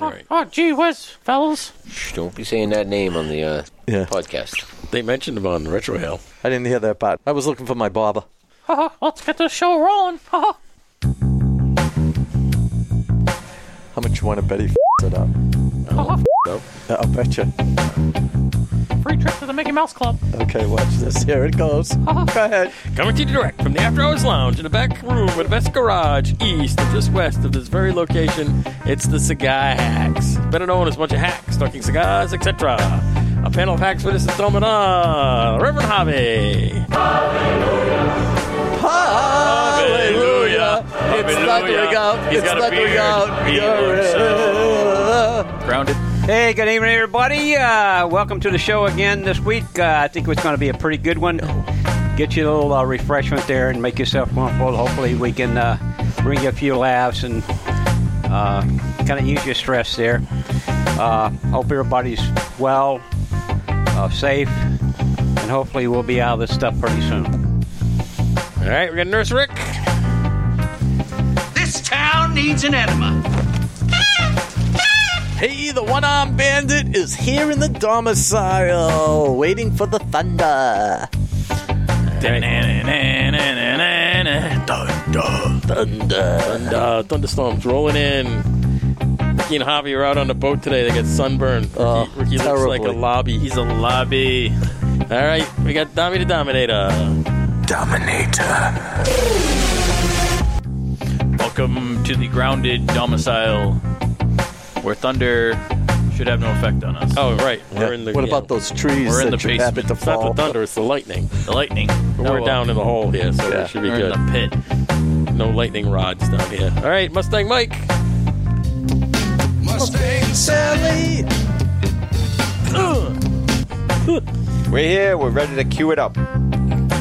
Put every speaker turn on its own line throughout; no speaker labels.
Right.
Oh, gee whiz, fellas.
Shh, don't be saying that name on the uh,
Yeah.
podcast.
They mentioned him on Retrohale.
I didn't hear that part. I was looking for my barber.
Haha, Let's get this show rolling. Haha.
How much you want to bet he f- it up?
So,
Yeah, I'll bet you.
Free trip to the Mickey Mouse Club.
Okay, watch this. Here it goes. Go ahead.
coming to you direct from the After Hours Lounge in the back room of the best garage east and just west of this very location, it's the Cigar Hacks. Better known as a bunch of hacks, talking cigars, etc. A panel of hacks with us installment on Reverend Hobby.
Hallelujah. It's
Hallelujah.
knuckling up.
He's
it's
got a
knuckling
beard.
up.
He
You're
looks,
in.
Grounded.
Hey, good evening, everybody. Uh, welcome to the show again this week. Uh, I think it's going to be a pretty good one. Get you a little uh, refreshment there and make yourself comfortable. Hopefully, we can uh, bring you a few laughs and uh, kind of ease your stress there. Uh, hope everybody's well, uh, safe, and hopefully, we'll be out of this stuff pretty soon.
All right, we got Nurse Rick.
This town needs an enema.
Hey, the one armed bandit is here in the domicile, waiting for the thunder. Thunder.
And, uh, thunderstorms rolling in. Ricky and Javi are out on the boat today. They got sunburned. Ricky,
Oh,
Ricky looks like a
terribly.
lobby. He's a lobby. All right, we got Dommy the Dominator.
Dominator.
Welcome to the grounded domicile where thunder should have no effect on us.
Oh, right. We're
Yeah.
in the.
what
yeah.
about those trees
We're in
that
the
you happen
basement.
to
It's not
fall? Oh,
the thunder. It's the lightning.
the lightning.
We're down in the hole here, so
Yeah.
we should be
We're
good.
in the pit.
No lightning rods down here. All right, Mustang Mike.
Sally.
We're here. We're ready to cue it up.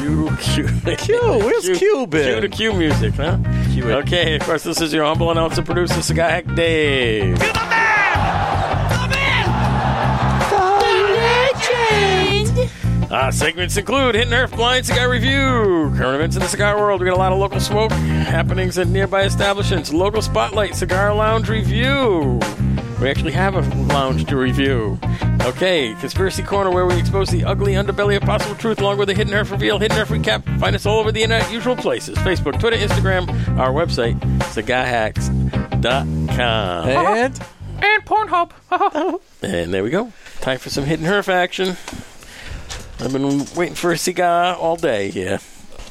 Q. Q.
Q, where's Q
Q to
been?
Q music, huh?
it.
Okay, of course, this is your humble announcer, producer, Cigar Hack Dave. Uh, segments include Hidden Earth Blind Cigar Review, current events in the cigar world. We got a lot of local smoke happenings in nearby establishments, local spotlight, cigar lounge review. We actually have a lounge to review. Okay, Conspiracy Corner, where we expose the ugly underbelly of possible truth along with a Hidden Earth reveal, Hidden Earth recap. Find us all over the internet, usual places Facebook, Twitter, Instagram, our website, cigarhacks.com.
And
And Pornhub. Haha.
And there we go. Time for some hidden herf action. I've been waiting for a cigar all day here.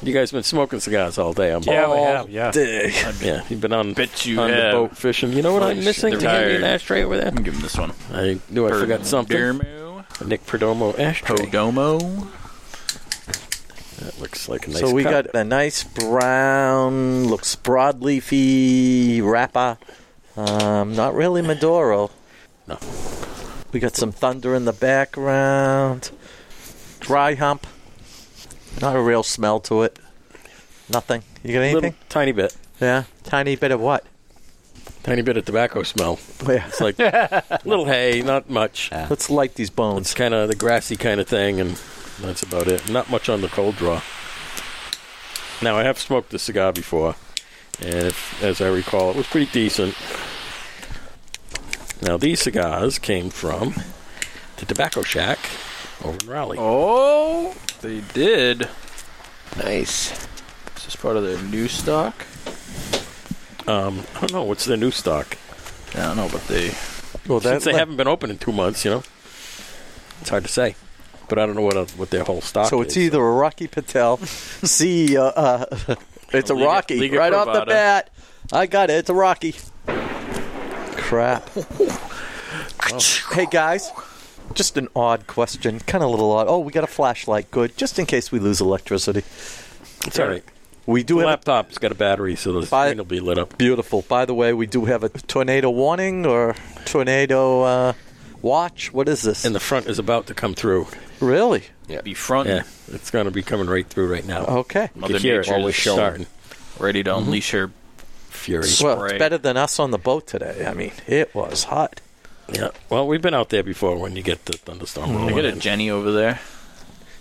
You guys been smoking cigars all day. I'm
Yeah,
all,
we have,
Yeah, yeah. You've been on
Bet you
on the
have.
boat fishing. You know what I'm
Holy shit,
missing?
they're
Do you have me an
tired.
ashtray over there?
I'm giving this one.
I knew I forgot something.
Dermo.
Nick Perdomo ashtray.
Podomo.
That looks like a nice.
so we
cup.
got a nice brown, looks broadleafy wrapper. Um, not really Maduro.
No.
We got some thunder in the background. Dry hump. Not a real smell to it. Nothing. You got
a
anything?
little tiny bit,
Yeah. Tiny bit of what?
tiny bit of tobacco smell.
Yeah.
It's like a little hay, not much.
Let's light these
It's
bones.
kind of the grassy kind of thing, and that's about it. Not much on the cold draw. Now, I have smoked a cigar before, and if, as I recall, it was pretty decent. Now, these cigars came from the Tobacco Shack over in Raleigh.
Oh, they did.
Nice.
Is this part of their new stock?
Um, I don't know what's their new stock.
I don't know, but they.
Well,
Since they
let-
haven't been open in two months, you know, it's hard to say. But I don't know what uh, what their whole stock.
So it's
is.
either a Rocky Patel, see, uh, uh, it's a
Liga-
Rocky
Liga
right off the
Privada.
bat. I got it. It's a Rocky. Crap. hey guys, just an odd question, kind of a little odd. Oh, we got a flashlight. Good, just in case we lose electricity.
It's all right.
We do
The
have
laptop's got a battery, so the
Buy-
screen will be lit up.
beautiful. By the way, we do have a tornado warning or tornado uh, watch. What is this?
And the front is about to come through.
really?
Be front.
Yeah, it's going to be coming right through right now.
Okay.
you
Mother
can hear it
Nature's
while we're
showing.
starting.
Ready to
Mm-hmm.
unleash her.
Fury.
Well, it's
Spray.
better than us on the boat today. I mean, it was hot.
Yeah. Well, we've been out there before when you get the thunderstorm
I
rolling.
got Mm. a
in.
Jenny over there.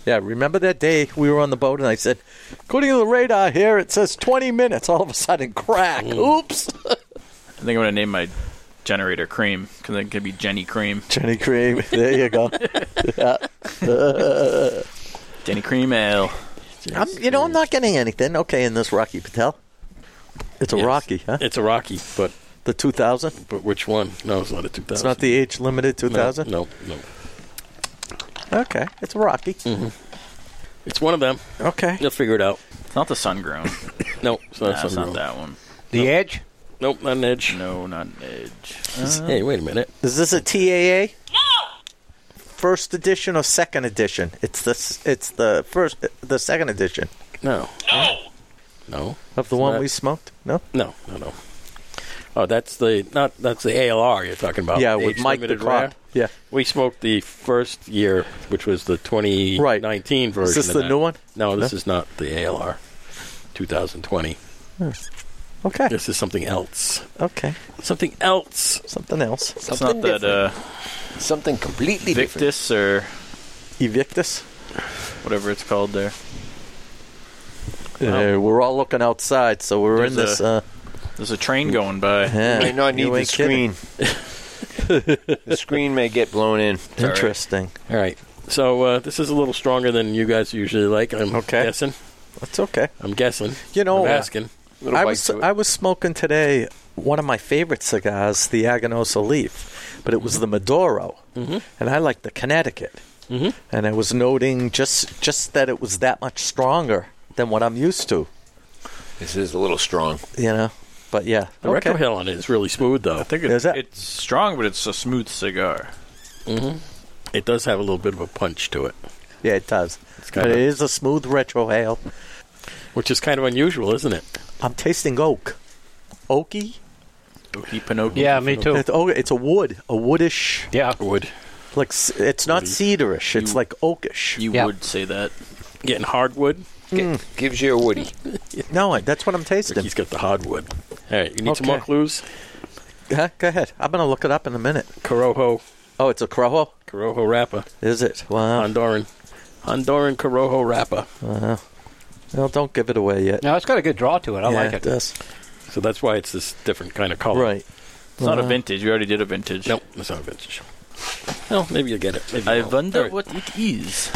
Yeah, remember that day we were on the boat and I said, according to the radar
Mm.
here, it says 20 minutes. All of a sudden, crack. Oops.
I think I'm gonna name my generator cream because it could be Jenny Cream,
Jenny Cream. There you go.
Jenny Cream Ale.
I'm, you know, I'm not getting anything. Okay, in this Rocky Patel. It's a
Yes.
Rocky, huh?
It's a Rocky, but
The 2000.
but which one? No, it's not a 2000.
It's not the age limited 2000.
No, no, no.
Okay, it's a Rocky.
Mm. It's one of them.
Okay.
You'll figure it out.
It's not the Sun Grown.
No, it's
nah,
not,
it's not
Sungrown.
that one.
The Edge?
Nope, not an edge.
No, not Edge. Uh,
Hey, wait a minute.
Is this a TAA? No. First edition or second edition? It's the s- it's the first the second edition
No. No.
of the one
not-
we smoked. No.
No. No. No. No. Oh, that's the not that's the ALR you're talking about.
yeah,
The
with
age
Mike the
Oh, limited
cop.
rare.
Yeah.
We smoked the first year, which was the 2019 version.
Is this
of
the
that.
new one?
No, this is not the ALR 2020.
Okay.
This is something else.
Okay.
Something else.
Something else.
it's not
Something
that uh,
Something completely different.
Victus or
Evictus.
whatever it's called there.
Uh, we're all looking outside, so we're in
There's
this.
a-
uh,
There's a train going by.
yeah,
Might not need
you
the
ain't kidding.
screen. the screen may get blown in.
all right.
Interesting.
All right. So uh, this is a little stronger than you guys usually like. I'm
Okay.
guessing.
That's okay.
I'm guessing.
You know,
I'm
uh,
asking.
Little
I
bite
was
to it.
I was smoking today one of my favorite cigars, the Agamosa Leaf, but it was the Maduro, and I like the Connecticut. Mm-hmm. And I was noting just just that it was that much stronger than what I'm used to,
This is a little strong.
you know. But yeah,
The record hill on it is really smooth, though.
I think
Is
it's,
that-
it's strong, but it's a smooth cigar.
It does have a little bit of a punch to it,
yeah, it does. But
kinda-
it is a smooth retrohale.
which is kind of unusual, isn't it?
I'm tasting oak, oaky.
Oaky Pinocchio.
Yeah, me too.
It's, oh, it's a wood, a woodish.
Yeah.
Wood
Like s- it's not cedarish. It's
You-
like oakish.
You
Yeah.
would say that.
getting hardwood.
Gives you a Woody.
no, that's what I'm tasting.
He's got the hardwood. All right, you need some more
Okay.
clues.
Huh? Go ahead. I'm gonna look it up in a minute.
Corojo,
Oh, it's a Corojo.
Corojo Rapa,
Is it? Wow.
Honduran, Honduran Corojo Rapa.
Wow. Well, don't give it away yet.
No, it's got a good draw to it. I
Yeah,
like it.
does.
So that's why it's this different kind of color.
Right.
It's not a vintage. You already did a vintage.
Nope, it's not vintage. Well, maybe you'll get it. Maybe
I
you won't.
wonder
All right.
what it is.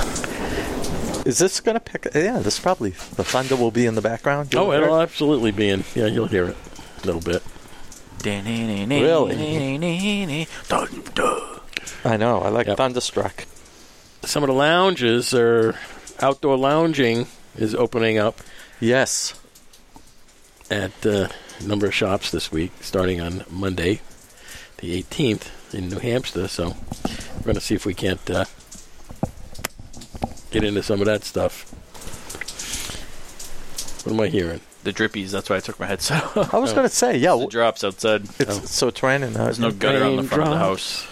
Is this going to pick? Yeah, this probably. The thunder will be in the background. You'll
Oh,
hear
it'll
it.
absolutely be in. Yeah, you'll hear it a little bit.
Really?
I know. I like
Yep.
Thunderstruck.
Some of the lounges or outdoor lounging is opening up
Yes.
at uh, a number of shops this week, starting on Monday, the 18th in New Hampshire. So we're going to see if we can't uh, get into some of that stuff. What am I hearing?
The drippies. That's why I took my headset off.
I was
Oh.
going to say, yeah.
The
w-
drops outside.
It's, So it's raining now.
There's oh. no gutter on the front of the house.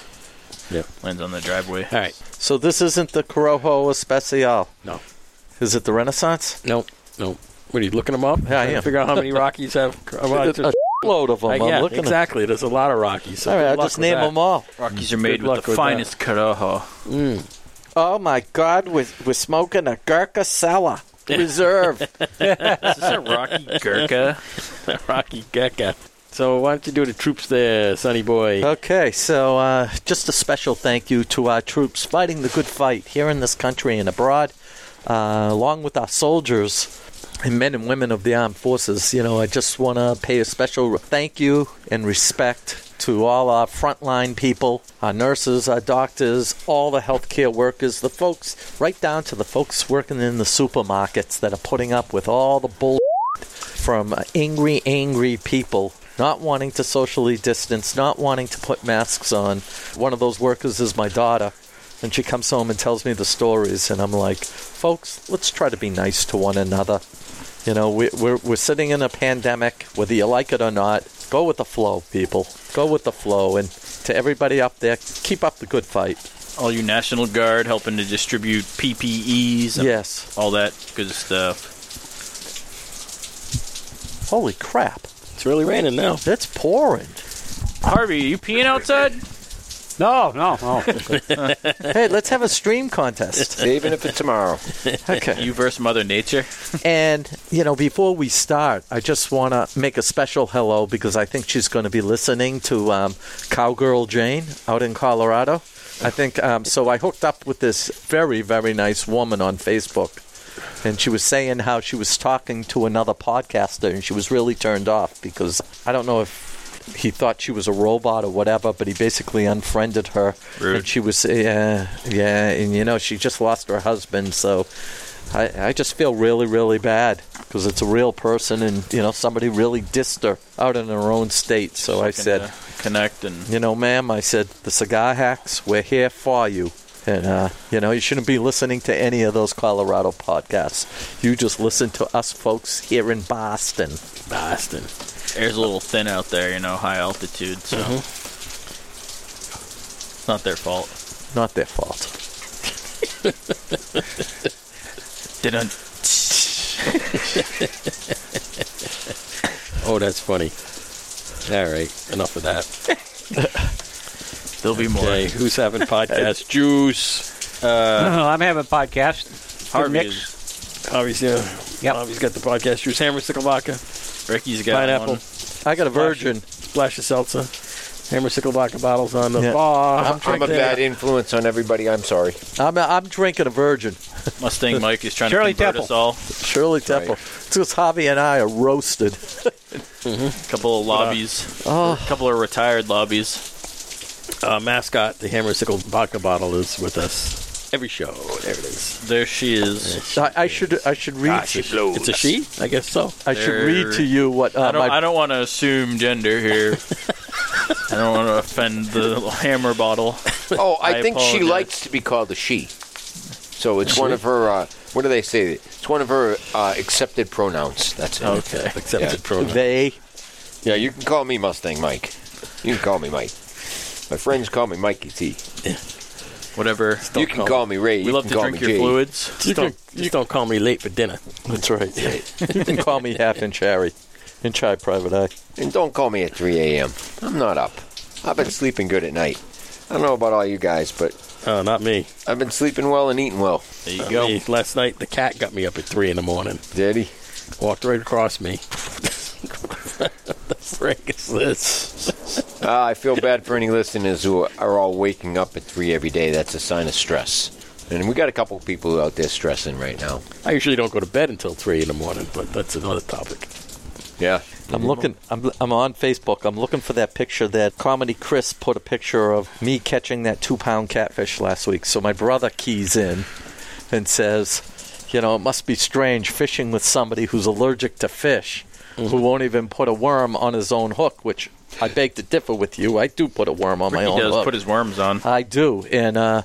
Yep.
Lands on the driveway.
All right.
So this isn't the Corojo Especial.
No.
Is it the Renaissance?
No. No. What are you looking them up?
Yeah, I
Trying to
am.
Figure out how many Rockies have.
A, a load of them.
Uh,
I'm
yeah,
looking
exactly. There's a lot of Rockies.
At. All right, I'll just name them all.
Rockies are made
Good
with
luck
the
with that.
finest carajo.
Oh my God, we're, we're smoking a Gurkha Sala Reserve.
Is this a Rocky Gurkha?
Rocky Gecka. So why don't you do the troops there, Sonny boy?
Okay, so uh, just a special thank you to our troops fighting the good fight here in this country and abroad, uh, along with our soldiers and men and women of the armed forces. You know, I just want to pay a special thank you and respect to all our frontline people, our nurses, our doctors, all the healthcare workers, the folks, right down to the folks working in the supermarkets that are putting up with all the bull from angry, angry people not wanting to socially distance, not wanting to put masks on. One of those workers is my daughter, and she comes home and tells me the stories, and I'm like, folks, let's try to be nice to one another. You know, we, we're, we're sitting in a pandemic, whether you like it or not. Go with the flow, people. Go with the flow. And to everybody up there, keep up the good fight.
All you National Guard helping to distribute PPEs and
Yes.
all that good stuff.
Holy crap.
It's really raining now.
It's pouring.
Harvey, are you peeing outside?
No, no, no.
hey, let's have a stream contest.
Even if it's tomorrow.
Okay.
You versus Mother Nature.
And, you know, before we start, I just want to make a special hello because I think she's going to be listening to um, Cowgirl Jane out in Colorado. I think um, so. I hooked up with this very, very nice woman on Facebook. And she was saying how she was talking to another podcaster and she was really turned off because I don't know if he thought she was a robot or whatever, but he basically unfriended her.
Rude.
And she was, yeah, yeah. And, you know, she just lost her husband. So I, I just feel really, really bad because it's a real person and, you know, somebody really dissed her out in her own state. So I
Can,
said,
uh, connect and
you know, ma'am, I said, the cigar hacks, we're here for you. And, uh, you know, you shouldn't be listening to any of those Colorado podcasts. You just listen to us folks here in Boston.
Boston. Air's a little thin out there, you know, high altitude, so it's not their fault.
Not their fault.
Didn't.
Oh, that's funny. All right, enough of that.
There'll be more.
Okay, who's having podcast juice?
I'm having a podcast. Good
Harvey
mix.
is,
Obviously, uh,
Yep.
Harvey's got the podcast juice. Hammer sickle vodka,
Ricky's got
Pineapple.
one.
I got a virgin.
splash of seltzer, hammer sickle vodka bottles on the
Yeah.
bar.
I'm
I'm a
Right there.
bad influence on everybody. I'm sorry.
I'm, I'm drinking a virgin.
Mustang Mike is trying
Shirley
to convert
Temple.
us all.
Shirley Temple. It's because Javi and I are roasted.
A couple of lobbies.
Oh,
A couple of retired lobbies.
uh, mascot, the hammer sickle vodka bottle, is with us every show. There it is.
There she is.
I, I should I should read
It's a she, I guess so.
I should read
There.
to you what uh,
I don't,
my
I don't want to assume gender here. I don't want to offend the hammer bottle.
Oh, I,
I
think she
apologize.
likes to be called a she. So it's one of her. Uh, what do they say? It's one of her uh, accepted pronouns. That's it.
Okay, accepted
Yeah.
pronoun.
they
Yeah, you can call me Mustang Mike. You can call me Mike. My friends call me Mikey T.
Whatever.
you can call me Ray.
We
you
love
can
to
call me
drink your
Jay.
fluids.
Just, don't, just don't call me late for dinner.
That's right. you can call me half inch Harry. Inch High Private Eye.
And don't call me at 3 a.m. I'm not up. I've been sleeping good at night. I don't know about all you guys, but
Oh, not me.
I've been sleeping well and eating well.
There you
Not
go.
me. Last night, the cat got me up at 3 in the morning.
Daddy.
Walked right across me. the frick is this?
Uh, I feel bad for any listeners who are all waking up at 3 every day. That's a sign of stress. And we got a couple people out there stressing right now.
I usually don't go to bed until 3 in the morning, but that's another topic.
Yeah.
Mm-hmm.
I'm looking. I'm, I'm on Facebook. I'm looking for that picture that Comedy Chris put a picture of me catching that two pound catfish last week. So my brother keys in and says, "You know, it must be strange fishing with somebody who's allergic to fish,
Mm-hmm.
who won't even put a worm on his own hook." Which I beg to differ with you. I do put a worm on my
Ricky
own
does
hook.
put his worms on.
I do, and uh,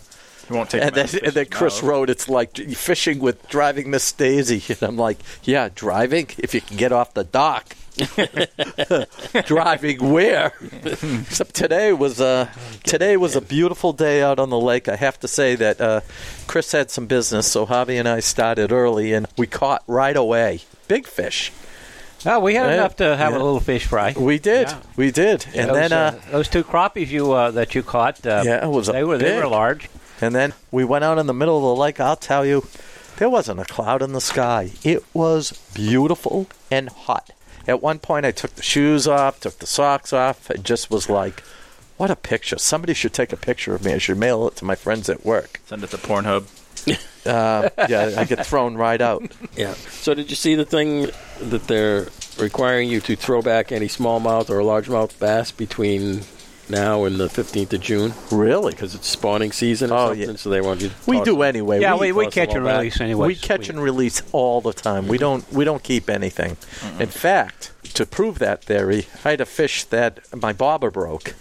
He won't take
and then,
them out of the
and then
fish's
Chris
mouth.
wrote, "It's like fishing with driving Miss Daisy," and I'm like, "Yeah, driving. If you can get off the dock, driving where?" Except today was uh, today was a beautiful day out on the lake. I have to say that uh, Chris had some business, so Javi and I started early, and we caught right away big fish.
Oh, we had
Yeah.
enough to have
Yeah.
a little fish fry.
We did,
Yeah.
we did, and
those,
then uh,
those two crappies you uh, that you caught, uh,
Yeah, it was a
they were they
big-
were large.
And then we went out in the middle of the lake. I'll tell you, there wasn't a cloud in the sky. It was beautiful and hot. At one point, I took the shoes off, took the socks off, and just was like, what a picture. Somebody should take a picture of me. I should mail it to my friends at work.
Send it to Pornhub.
Um, yeah, I get thrown right out.
Yeah. So did you see the thing that they're requiring you to throw back any smallmouth or largemouth bass between now and the 15th of June?
Really?
Because it's spawning season or
Oh,
something,
yeah.
so they want you to
We
toss
do
them.
anyway.
yeah, we, we
toss
catch
them
and
all back.
release anyway.
we catch and release all the time. We don't we don't keep anything. In fact, to prove that theory, I had a fish that my bobber broke,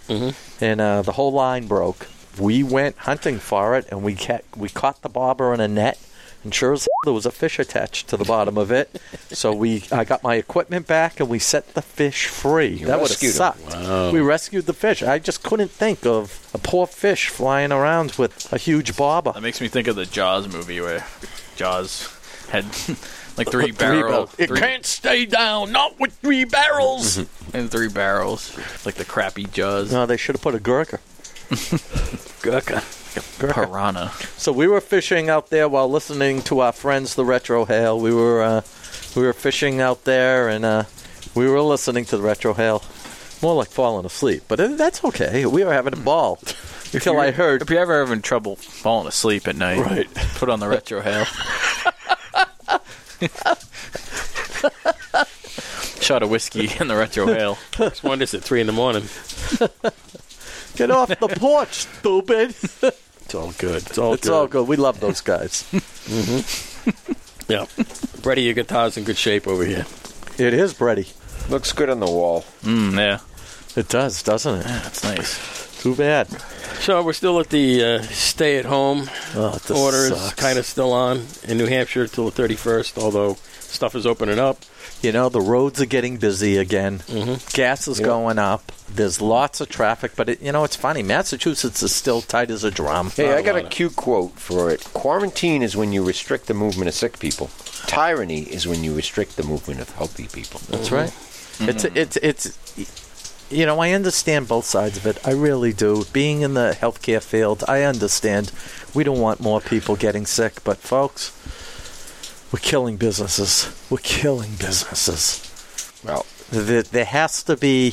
and uh, the whole line broke. We went hunting for it, and we ca- we caught the bobber in a net. And sure as there was a fish attached to the bottom of it, so we I got my equipment back and we set the fish free. that would have
rescued him.
sucked. We rescued the fish. I just couldn't think of a poor fish flying around with a huge bobber.
That makes me think of the Jaws movie where Jaws had like three barrels.
barrel- it
can't stay down, not with three barrels. and three barrels, like the crappy Jaws.
no, they should have put a gurker.
Gurkha.
Piranha.
So we were fishing out there while listening to our friends, the Retro Hail. We were uh, we were fishing out there, and uh, we were listening to the Retro Hail. More like falling asleep, but uh, that's okay. We were having a ball until I heard.
If you're ever having trouble falling asleep at night,
Right.
put on the retro hail. Shot of whiskey and the retro hail.
It's one just at three in the morning.
Get off the porch, stupid!
It's all good. It's
Oh,
all
It's
good.
all good. We love those guys.
Yeah. Brady, your guitar's in good shape over here.
it is Brady.
Looks good on the wall.
Mm, yeah,
It does, doesn't it?
that's nice.
Too bad.
So we're still at the uh, stay-at-home
Oh, this
orders,
sucks.
kind of still on in New Hampshire till the 31st. Although stuff is opening up.
You know, the roads are getting busy again.
Mm-hmm.
Gas is going up. There's lots of traffic, but it, you know, it's funny. Massachusetts is still tight as a drum.
Hey,
Not
I
a
got a
lot of-
cute quote for it. Quarantine is when you restrict the movement of sick people. Tyranny is when you restrict the movement of healthy people.
Mm.
That's right.
Mm-hmm.
It's it's it's you know I understand both sides of it. I really do. Being in the healthcare field, I understand. We don't want more people getting sick, but folks, we're killing businesses. We're killing businesses.
Well,
There, there has to be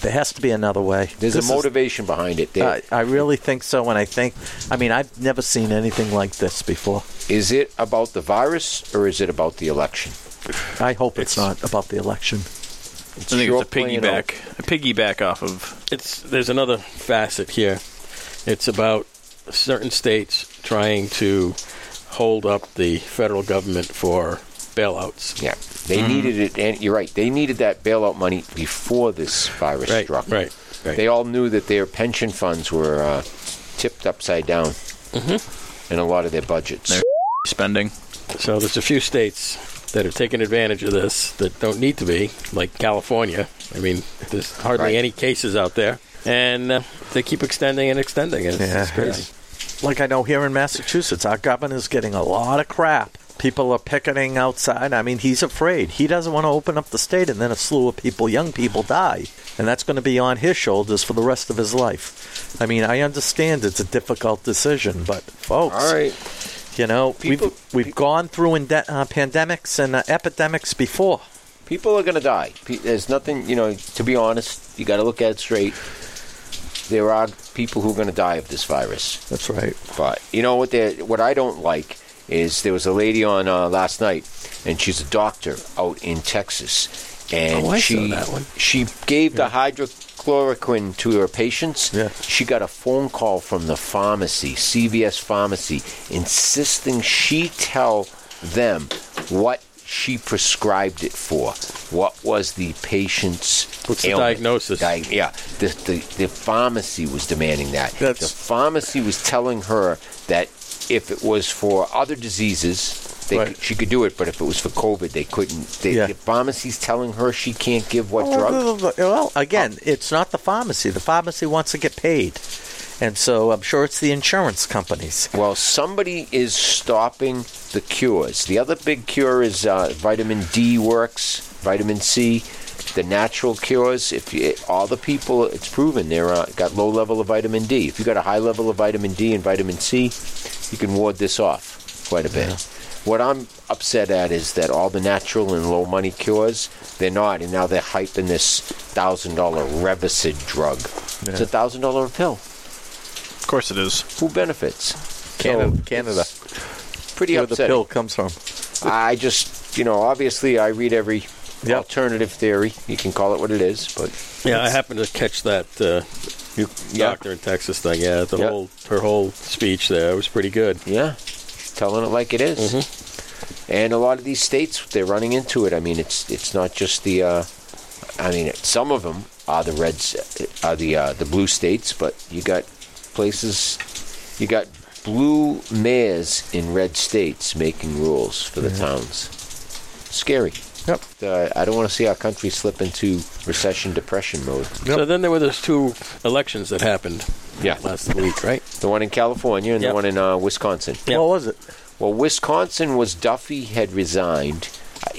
there has to be another way.
there's
This
a
is-
motivation behind it. There,
I, Uh, I really think so, and I think I mean I've never seen anything like this before.
is it about the virus or is it about the election?
I hope it's, not about the election.
I think
your
it's a
plan
piggyback, a piggyback off of.
It's there's another facet here. It's about certain states trying to hold up the federal government for bailouts.
Yeah, they
Mm-hmm.
needed it, and you're right. They needed that bailout money before this virus
Right,
struck.
right, right.
They all knew that their pension funds were uh, tipped upside down in a lot of their budgets.
Mm-hmm. There- Spending.
So there's a few states that have taken advantage of this that don't need to be, like California. I mean, there's hardly
Right.
any cases out there, and uh, they keep extending and extending. It's,
Yeah.
it's crazy.
like I know here in Massachusetts, our governor's getting a lot of crap. People are picketing outside. I mean, he's afraid. He doesn't want to open up the state, and then a slew of people, young people, die. And that's going to be on his shoulders for the rest of his life. I mean, I understand it's a difficult decision, but folks,
All right.
you know,
People-
we've, we've gone through inde- uh, pandemics and uh, epidemics before.
people are going to die. Pe- There's nothing, you know, to be honest, you got to look at it straight. There are people who are going to die of this virus.
That's right.
But you know what? they- What I don't like is there was a lady on uh, last night, and she's a doctor out in Texas, and
Oh, I saw
she
that one.
she gave the hydrochloroquine to her patients.
Yeah.
She got a phone call from the pharmacy, CVS pharmacy, insisting she tell them what she prescribed it for. What was the patient's
What's the
ailment.
diagnosis?
Di- yeah, the, the the pharmacy was demanding that.
That's-
the pharmacy was telling her that if it was for other diseases, they
Right.
could, she could do it, but if it was for COVID, they couldn't. They,
Yeah.
The pharmacy's telling her she can't give
Oh,
what drug.
Well, well, again,
Oh.
it's not the pharmacy. The pharmacy wants to get paid. And so I'm sure it's the insurance companies.
Well, somebody is stopping the cures. The other big cure is uh, vitamin D works, vitamin C, the natural cures. If you, all the people, it's proven they're uh, got low level of vitamin D. If you got a high level of vitamin D and vitamin C, you can ward this off quite a bit. What I'm upset at is that all the natural and low money cures, they're not, and now they're hyping this thousand dollar Revacid drug. It's a thousand dollar pill.
Of course it is.
Who benefits?
Canada.
So,
Canada.
Pretty
where the
upsetting.
pill comes from.
I just, you know, obviously I read every
Yep.
alternative theory. You can call it what it is, but
Yeah, I happened to catch that uh,
you,
doctor in Texas thing. Yeah, the
Yeah.
whole her whole speech there was pretty good.
yeah, she's telling it like it is. And a lot of these states, they're running into it. I mean, it's it's not just the, uh, I mean, some of them are the reds, are the uh, the blue states, but you got places, you got blue mayors in red states making rules for the towns. Scary.
Yep.
Uh, I don't want to see our country slip into recession depression mode.
So then there were those two elections that happened
Yeah.
last week, right?
The one in California and
Yep.
the one in uh, Wisconsin.
Yeah.
What was it?
Well, Wisconsin was Duffy had resigned.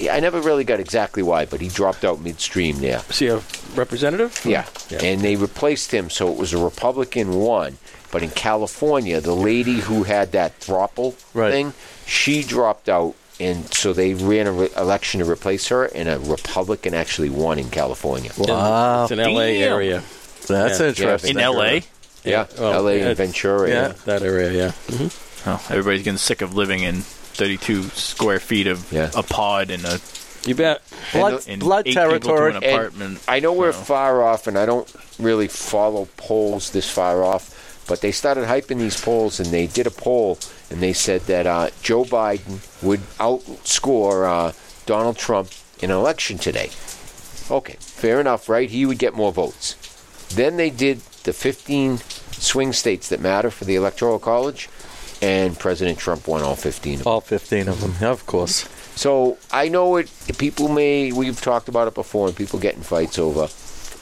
I, I never really got exactly why, but he dropped out midstream there.
See a representative?
Hmm.
Yeah.
Yeah.
And they replaced him, so it was a Republican one. But in California, the lady who had that throuple
Right.
thing, she dropped out, and so they ran an re- election to replace her, and a Republican actually won in California.
Wow.
It's an LA
Damn.
area.
That's
Yeah.
interesting.
in LA.
yeah,
well,
LA
yeah.
and Ventura.
Yeah.
Yeah.
That area, yeah.
Oh, everybody's getting sick of living in 32 square feet of
Yeah.
a pod and a
You bet.
Blood,
and
blood
eight people to
territory.
an
And
apartment.
I know we're
so.
far off, and I don't really follow polls this far off, but they started hyping these polls, and they did a poll, and they said that uh, Joe Biden would outscore uh, Donald Trump in an election today. Okay, fair enough, right? He would get more votes. Then they did the 15 swing states that matter for the Electoral College, and President Trump won all 15 of them.
All 15 of them, yeah, of course.
So I know it. People may we've talked about it before, and people get in fights over.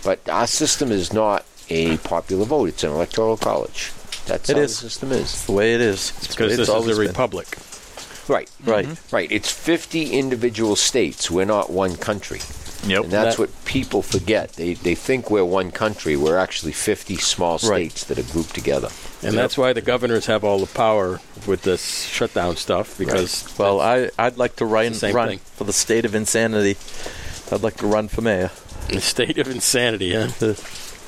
But our system is not a popular vote; it's an electoral college. That's
It
how
is.
the system is.
The way it is.
Because this is a republic. Mm-hmm.
Right,
Right.
Mm-hmm. right. It's fifty individual states. We're not one country,
Yep.
and that's
That-
what people forget. They they think we're one country. We're actually fifty small
Right.
states that are grouped together.
And that's why the governors have all the power with this shutdown stuff because
Well, I, I'd like to run,
It's the same
run
thing.
for the state of insanity. I'd like to run for mayor.
the state of insanity, huh?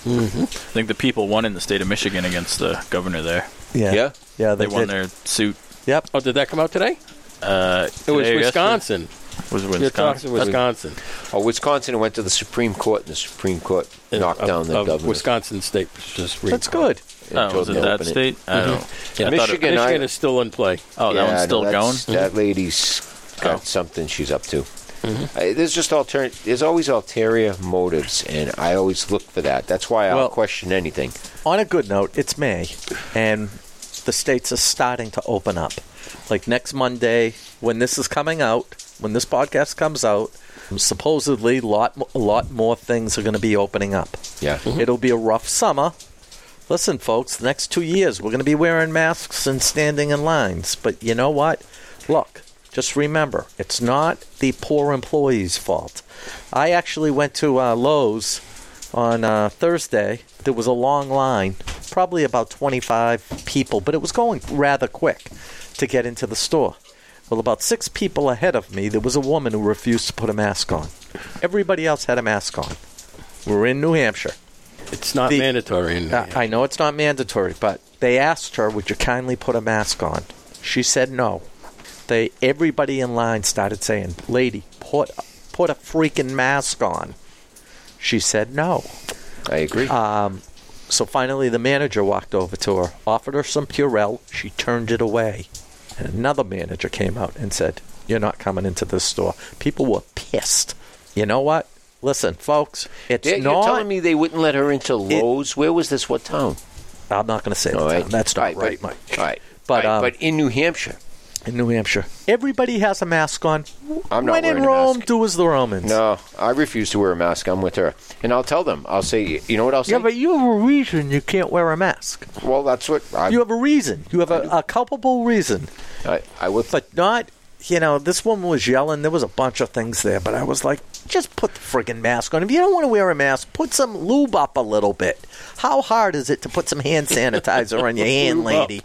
I think the people won in the state of Michigan against the governor there.
Yeah.
Yeah?
Yeah,
They,
they,
won
did.
their suit.
Yep.
Oh, did that come out today?
Uh,
It was
today or
Wisconsin.
yesterday. Was
You're talking
Wisconsin.
Wisconsin.
Oh, Wisconsin went to the Supreme Court, and the Supreme Court knocked
Of-
down the
of
governor.
Wisconsin state. Just
That's good.
and
Oh,
told
was
them to
it Mm-hmm. that
open
state? I don't know.
Yeah.
I thought it-
Michigan,
Michigan
I-
is still in play.
oh, that
Yeah,
one's
no,
still going?
that's- That lady's got
Oh.
something she's up to.
Mm-hmm.
Uh, there's just alter- There's always ulterior motives, and I always look for that. That's why I
Well-
don't question anything.
On a good note, it's May, and the states are starting to open up. Like next Monday, when this is coming out, when this podcast comes out, supposedly a lot, mo- a lot more things are going to be opening up.
Yeah,
Mm-hmm. It'll be a rough summer. Listen, folks, the next two years we're going to be wearing masks and standing in lines. But you know what? Look, just remember, it's not the poor employees' fault. I actually went to uh, Lowe's on uh, Thursday. There was a long line, probably about 25 people, but it was going rather quick to get into the store. Well, about six people ahead of me, there was a woman who refused to put a mask on. Everybody else had a mask on. We're in New Hampshire.
It's not
The-
mandatory. In,
Uh, I- I know it's not mandatory, but they asked her, "Would you kindly put a mask on?" She said no. They everybody in line started saying, "Lady, put put a freaking mask on." She said no.
I agree.
Uh, So finally, the manager walked over to her, offered her some Purell. She turned it away. And another manager came out and said, You're not coming into this store. People were pissed. You know what? Listen, folks, it's
They-
not.
You're telling me they wouldn't let her into Lowe's? Where was this? What town?
I'm not going to say that.
All right.
That's not
All
right,
but-
Mike.
All right.
But,
All right,
um,
but in New Hampshire,
in New Hampshire. Everybody has a mask on.
I'm not
when in
wearing a
Rome,
mask.
do as the Romans.
no, I refuse to wear a mask. I'm with her, and I'll tell them. I'll say, you know what I'll say?
Yeah, but you have a reason you can't wear a mask.
well, that's what I.
You have a reason. You have a, a culpable reason.
I, I would.
But not, you know, this woman was yelling. There was a bunch of things there, but I was like, just put the friggin' mask on. If you don't want to wear a mask, put some lube up a little bit. How hard is it to put some hand sanitizer on your hand, lady?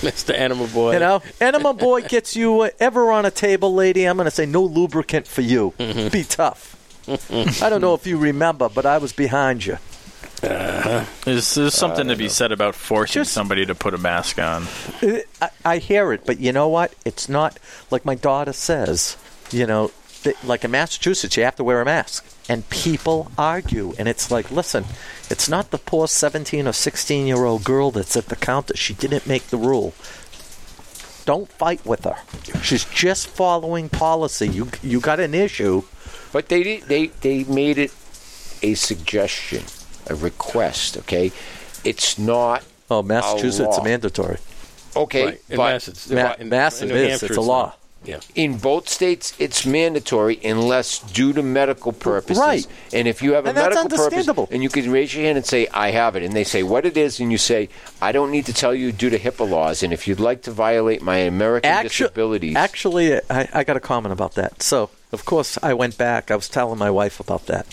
Mr. Animal Boy.
You know, enema boy gets you uh, ever on a table, lady. I'm going to say no lubricant for you. Be tough. I don't know if you remember, but I was behind you.
There's, there's something to be said about forcing
Just-
somebody to put a mask on.
I, I hear it, but you know what? It's not like my daughter says. You know, that, like in Massachusetts, you have to wear a mask, and people argue, and it's like, listen, it's not the poor seventeen or sixteen year old girl that's at the counter. She didn't make the rule. Don't fight with her. She's just following policy. You you got an issue.
But they did, they they made it a suggestion, a request. Okay, it's not
Oh, Massachusetts
law.
mandatory.
okay.
Right, in
but
Massachusetts.
Ma-
in-
Mass
in
it
New
is.
Hampshire,
It's a law.
Yeah.
in both states, it's mandatory unless due to medical purposes.
Right.
And if you have a
And that's
medical
understandable.
purpose, and you can raise your hand and say, "I have it," and they say what it is, and you say, "I don't need to tell you due to HIPAA laws." And if you'd like to violate my American
Actu-
disabilities,
Actually, I, I got a comment about that. So Of course, I went back. I was telling my wife about that.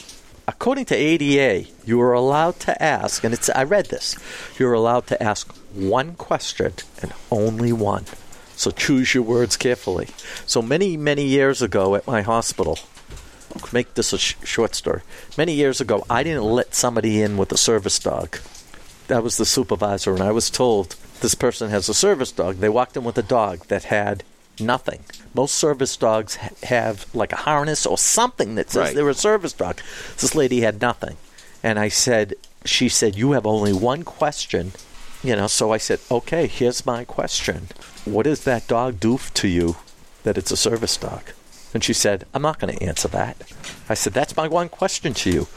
According to ADA, you are allowed to ask, and it's I read this. You're allowed to ask one question and only one. So choose your words carefully. So many, many years ago at my hospital, make this a sh- short story. Many years ago, I didn't let somebody in with a service dog. I was the supervisor, and I was told this person has a service dog. They walked in with a dog that had nothing. Most service dogs ha- have like a harness or something that says
Right.
they're a service dog. This lady had nothing. And I said, She said, You have only one question. You know, so I said, Okay, here's my question. What does that dog do f- to you that it's a service dog? And she said, I'm not going to answer that. I said, That's my one question to you.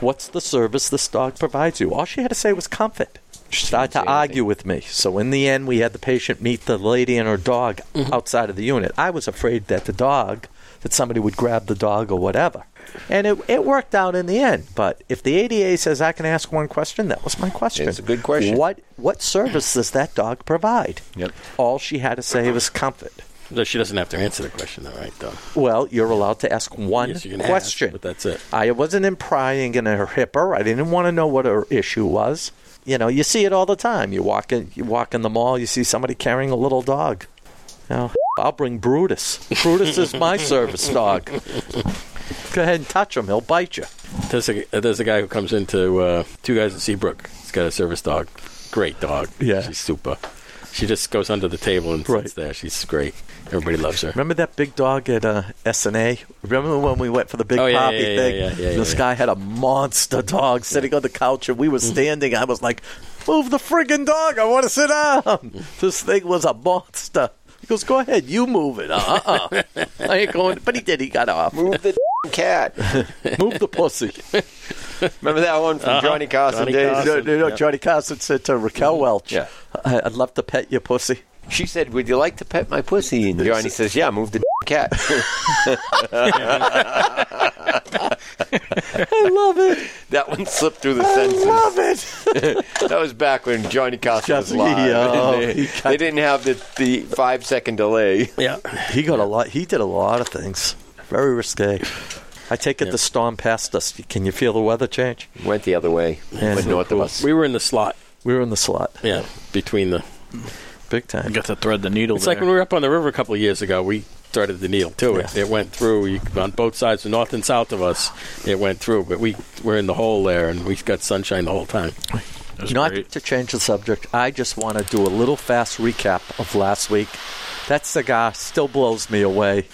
What's the service this dog provides you? All she had to say was comfort. She started to argue with me. So in the end, we had the patient meet the lady and her dog
Mm-hmm.
outside of the unit. I was afraid that the dog, that somebody would grab the dog or whatever. And it, it worked out in the end. But if the ADA says I can ask one question, that was my question.
It's a good question.
What, what service does that dog provide?
Yep.
All she had to say was comfort.
Though she doesn't have to answer the question, though, right? Though.
Well, you're allowed to ask one
Yes, you can ask,
question.
but that's it.
I wasn't imprying in her hipper. I didn't want to know what her issue was. You know, you see it all the time. You walk in, you walk in the mall, you see somebody carrying a little dog. You know, I'll bring Brutus. Brutus is my service dog. Go ahead and touch him; he'll bite you.
There's a, there's a guy who comes into uh, two guys in Seabrook. He's got a service dog. Great dog.
Yeah.
She's super. She just goes under the table and
Right.
sits there. She's great. Everybody loves her.
Remember that big dog at uh, SNA? Remember when we went for the big
Oh, yeah,
poppy
yeah, yeah,
thing?
yeah, yeah, yeah,
this
yeah.
guy had a monster dog sitting on the couch, and we were standing. I was like, "Move the friggin' dog! I want to sit down." this thing was a monster. He goes, "Go ahead, you move it." Uh uh I ain't going. But he did. He got off.
Move the cat.
Move the pussy.
Remember that one
Uh-huh.
from Johnny Carson
Johnny
days?
Carson.
no, no, no, Johnny Carson said to Raquel Welch,
Yeah.
I- "I'd love to pet your pussy."
She said, "Would you like to pet my pussy?" And Johnny says, "Yeah, move the cat."
I love it.
that one slipped through the
I
senses.
love it.
That was back when Johnny Carson was
Just-
live.
yeah,
and
he
they,
cut-
they didn't have the, the five second delay.
Yeah.
He got a lot. He did a lot of things. Very risque. I take it the storm passed us. Can you feel the weather change?
Went the other way.
Yeah,
went
so
north
cool.
of us.
We were in the slot.
We were in the slot,
Yeah. Between the.
big time.
You got to thread the needle
It's
there.
like when we were up on the river a couple of years ago. We threaded the needle too. It,
Yeah.
it went through you, on both sides, north and south of us. It went through, but we were in the hole there, and we got sunshine the whole time.
It was
Not
great.
to change the subject, I just want to do a little fast recap of last week. That cigar still blows me away.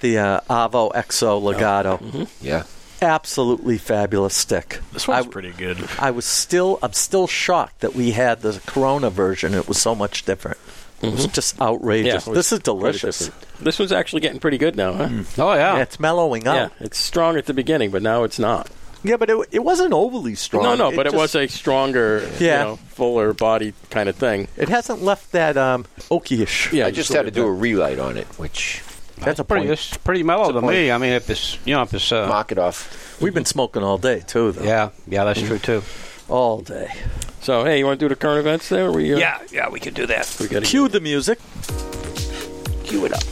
The uh, Avo Exo Legato,
Mm-hmm.
Yeah.
absolutely fabulous stick.
This one's
I-
pretty good.
I was still I'm still shocked that we had the Corona version. It was so much different. It was just outrageous.
Mm-hmm. it was
this is
quite
delicious.
different. This one's actually getting pretty good now, huh?
Mm.
Oh yeah.
Yeah, it's mellowing out.
Yeah, it's strong at the beginning, but now it's not.
Yeah, but it, it wasn't overly strong.
No, no, but it
just-
was a stronger,
Yeah.
you know, fuller body kind of thing.
It hasn't left that um, oakyish.
Yeah,
I just had to do a relight on it, which
that's a
Pretty,
point.
it's pretty mellow to me. I mean, if it's you know, if it's uh,
mark it off.
We've been smoking all day too, though.
yeah, yeah, that's true too.
all day.
So, hey, you want to do the current events there? We, uh,
yeah, we could do that.
we got
Cue the music.
Cue it up.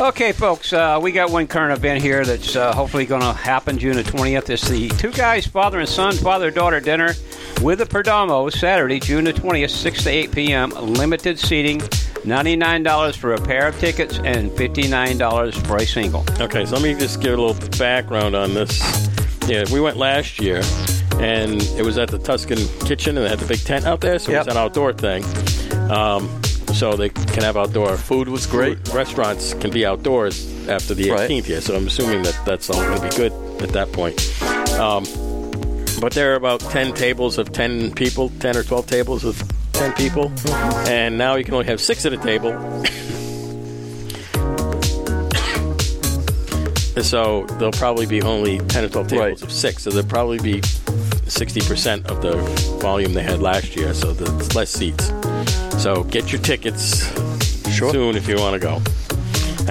Okay, folks, uh, we got one current event here that's uh, hopefully going to happen June the 20th. It's the two guys, father and son, father daughter dinner with the Perdomo Saturday, June the 20th, 6 to 8 p.m. Limited seating, $99 for a pair of tickets and $59 for a single.
Okay, so let me just give a little background on this. Yeah, we went last year, and it was at the Tuscan Kitchen, and they had the big tent out there, so
Yep.
it was an outdoor thing. Um, so they can have outdoor
Food was great.
Restaurants can be outdoors after the 18th
Right.
here, so I'm assuming that that's all going to be good at that point. Um, but there are about 10 tables of 10 people, 10 or 12 tables of 10 people, and now you can only have six at a table. so there'll probably be only 10 or 12 tables
Right.
of six, so there'll probably be 60% of the volume they had last year, so there's less seats. So get your tickets soon if you want to go. All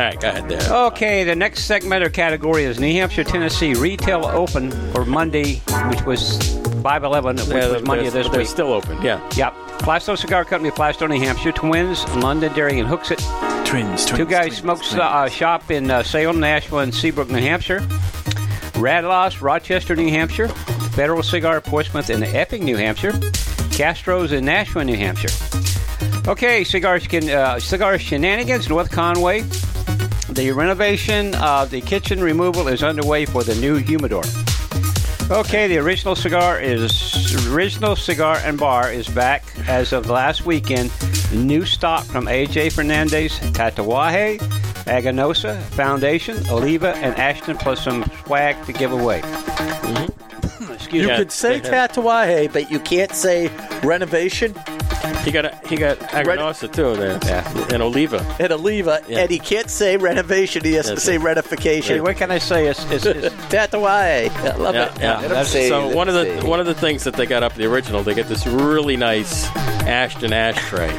right, go ahead there.
Okay, the next segment or category is New Hampshire, Tennessee Retail Open for Monday, which was 5 11, which
Yeah,
was Monday of this
they're
week.
still open. Yeah.
Yep. Flagstone Cigar Company, Flagstone, New Hampshire. Twins, Londonderry and Hooksett.
Twins, twins.
Two Guys
twins,
Smokes
twins.
uh, Shop in uh, Salem, Nashville, and Seabrook, New Hampshire. Radloff's, Rochester, New Hampshire. Federal Cigar, Portsmouth, and Epping, New Hampshire. Castro's in Nashville, New Hampshire. Okay, Cigar, Shen- uh, Cigar Shenanigans, North Conway. The renovation of the kitchen removal is underway for the new humidor. Okay, the original cigar is original cigar and bar is back as of last weekend. New stock from AJ Fernandez, Tatawahe, Aganosa Foundation, Oliva, and Ashton, plus some swag to give away. Excuse
You
me.
could say
they have-
Tatawahe, but you can't say renovation
He got a, he got Aganosa too there.
Yeah.
And Oliva.
and Oliva,
Yeah.
and he can't say renovation. He has to
That's
say
it.
Hey,
renification.
what can I say? It's, it's, it's,
Tatawahe. I love
Yeah,
it.
yeah.
Let 'em say,
so
let
one of
'em
the
say.
one of the things that they got up the original, they get this really nice Ashton ashtray,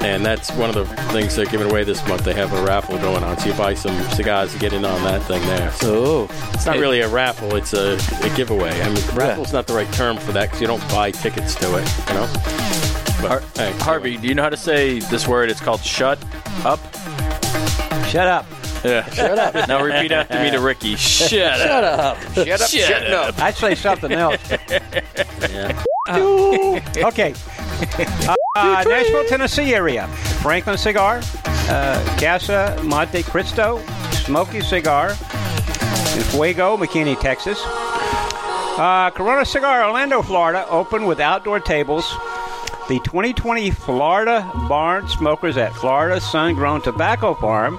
and that's one of the things they're giving away this month. They have a raffle going on, so you buy some cigars to get in on that thing there. So
Oh,
it's not really a raffle; it's a, a giveaway. I mean, raffle's not the right term for that because you don't buy tickets to it, you know. But,
Har-
hey,
Harvey, do you know how to say this word? It's called shut up.
shut up.
Yeah. Shut up. Now repeat after me to Ricky. Shut up.
shut up.
Shut up,
Shut
shut up.
I'd say something else. okay. Uh, Nashville, Tennessee area. Franklin Cigar, uh, Casa Monte Cristo, Smoky Cigar, in Fuego, McKinney, Texas. Uh, Corona Cigar, Orlando, Florida, open with outdoor tables. The 2020 Florida Barn Smokers at Florida Sun Grown Tobacco Farm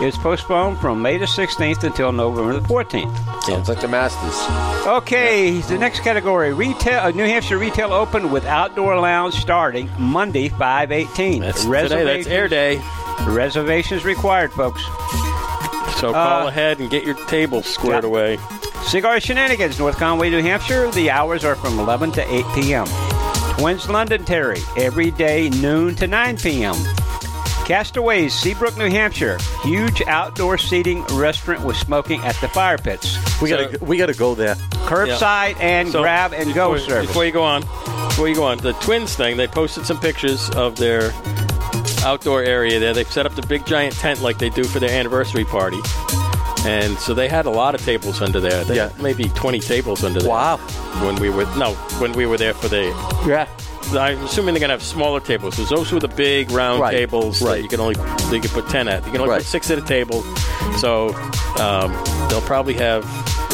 is postponed from May the 16th until November the 14th.
Sounds like the Masters.
Okay, the next category: retail, uh, New Hampshire retail open with outdoor lounge starting Monday, five eighteen.
that's today. That's air day.
Reservations required, folks.
So call ahead and get your table squared
uh, yeah.
away.
Cigar Shenanigans, North Conway, New Hampshire. The hours are from 11 to 8 p.m. Twins Londonderry, every day noon to 9 p.m. Castaways, Seabrook, New Hampshire. Huge outdoor seating restaurant with smoking at the fire pits.
We
So-
gotta we gotta go there.
Curbside and
So,
grab and go
before,
service.
Before you go on, before you go on, the twins thing. They posted some pictures of their outdoor area there. They've set up the big giant tent like they do for their anniversary party, and so they had a lot of tables under there. They
Yeah.
had maybe twenty tables under there.
Wow.
When we were no, when we were there for the.
Yeah.
I'm assuming they're gonna have smaller tables. There's those were the big round
Right,
tables that
right.
you can only they can put ten at. You can only
Right.
put six at a table, so um, they'll probably have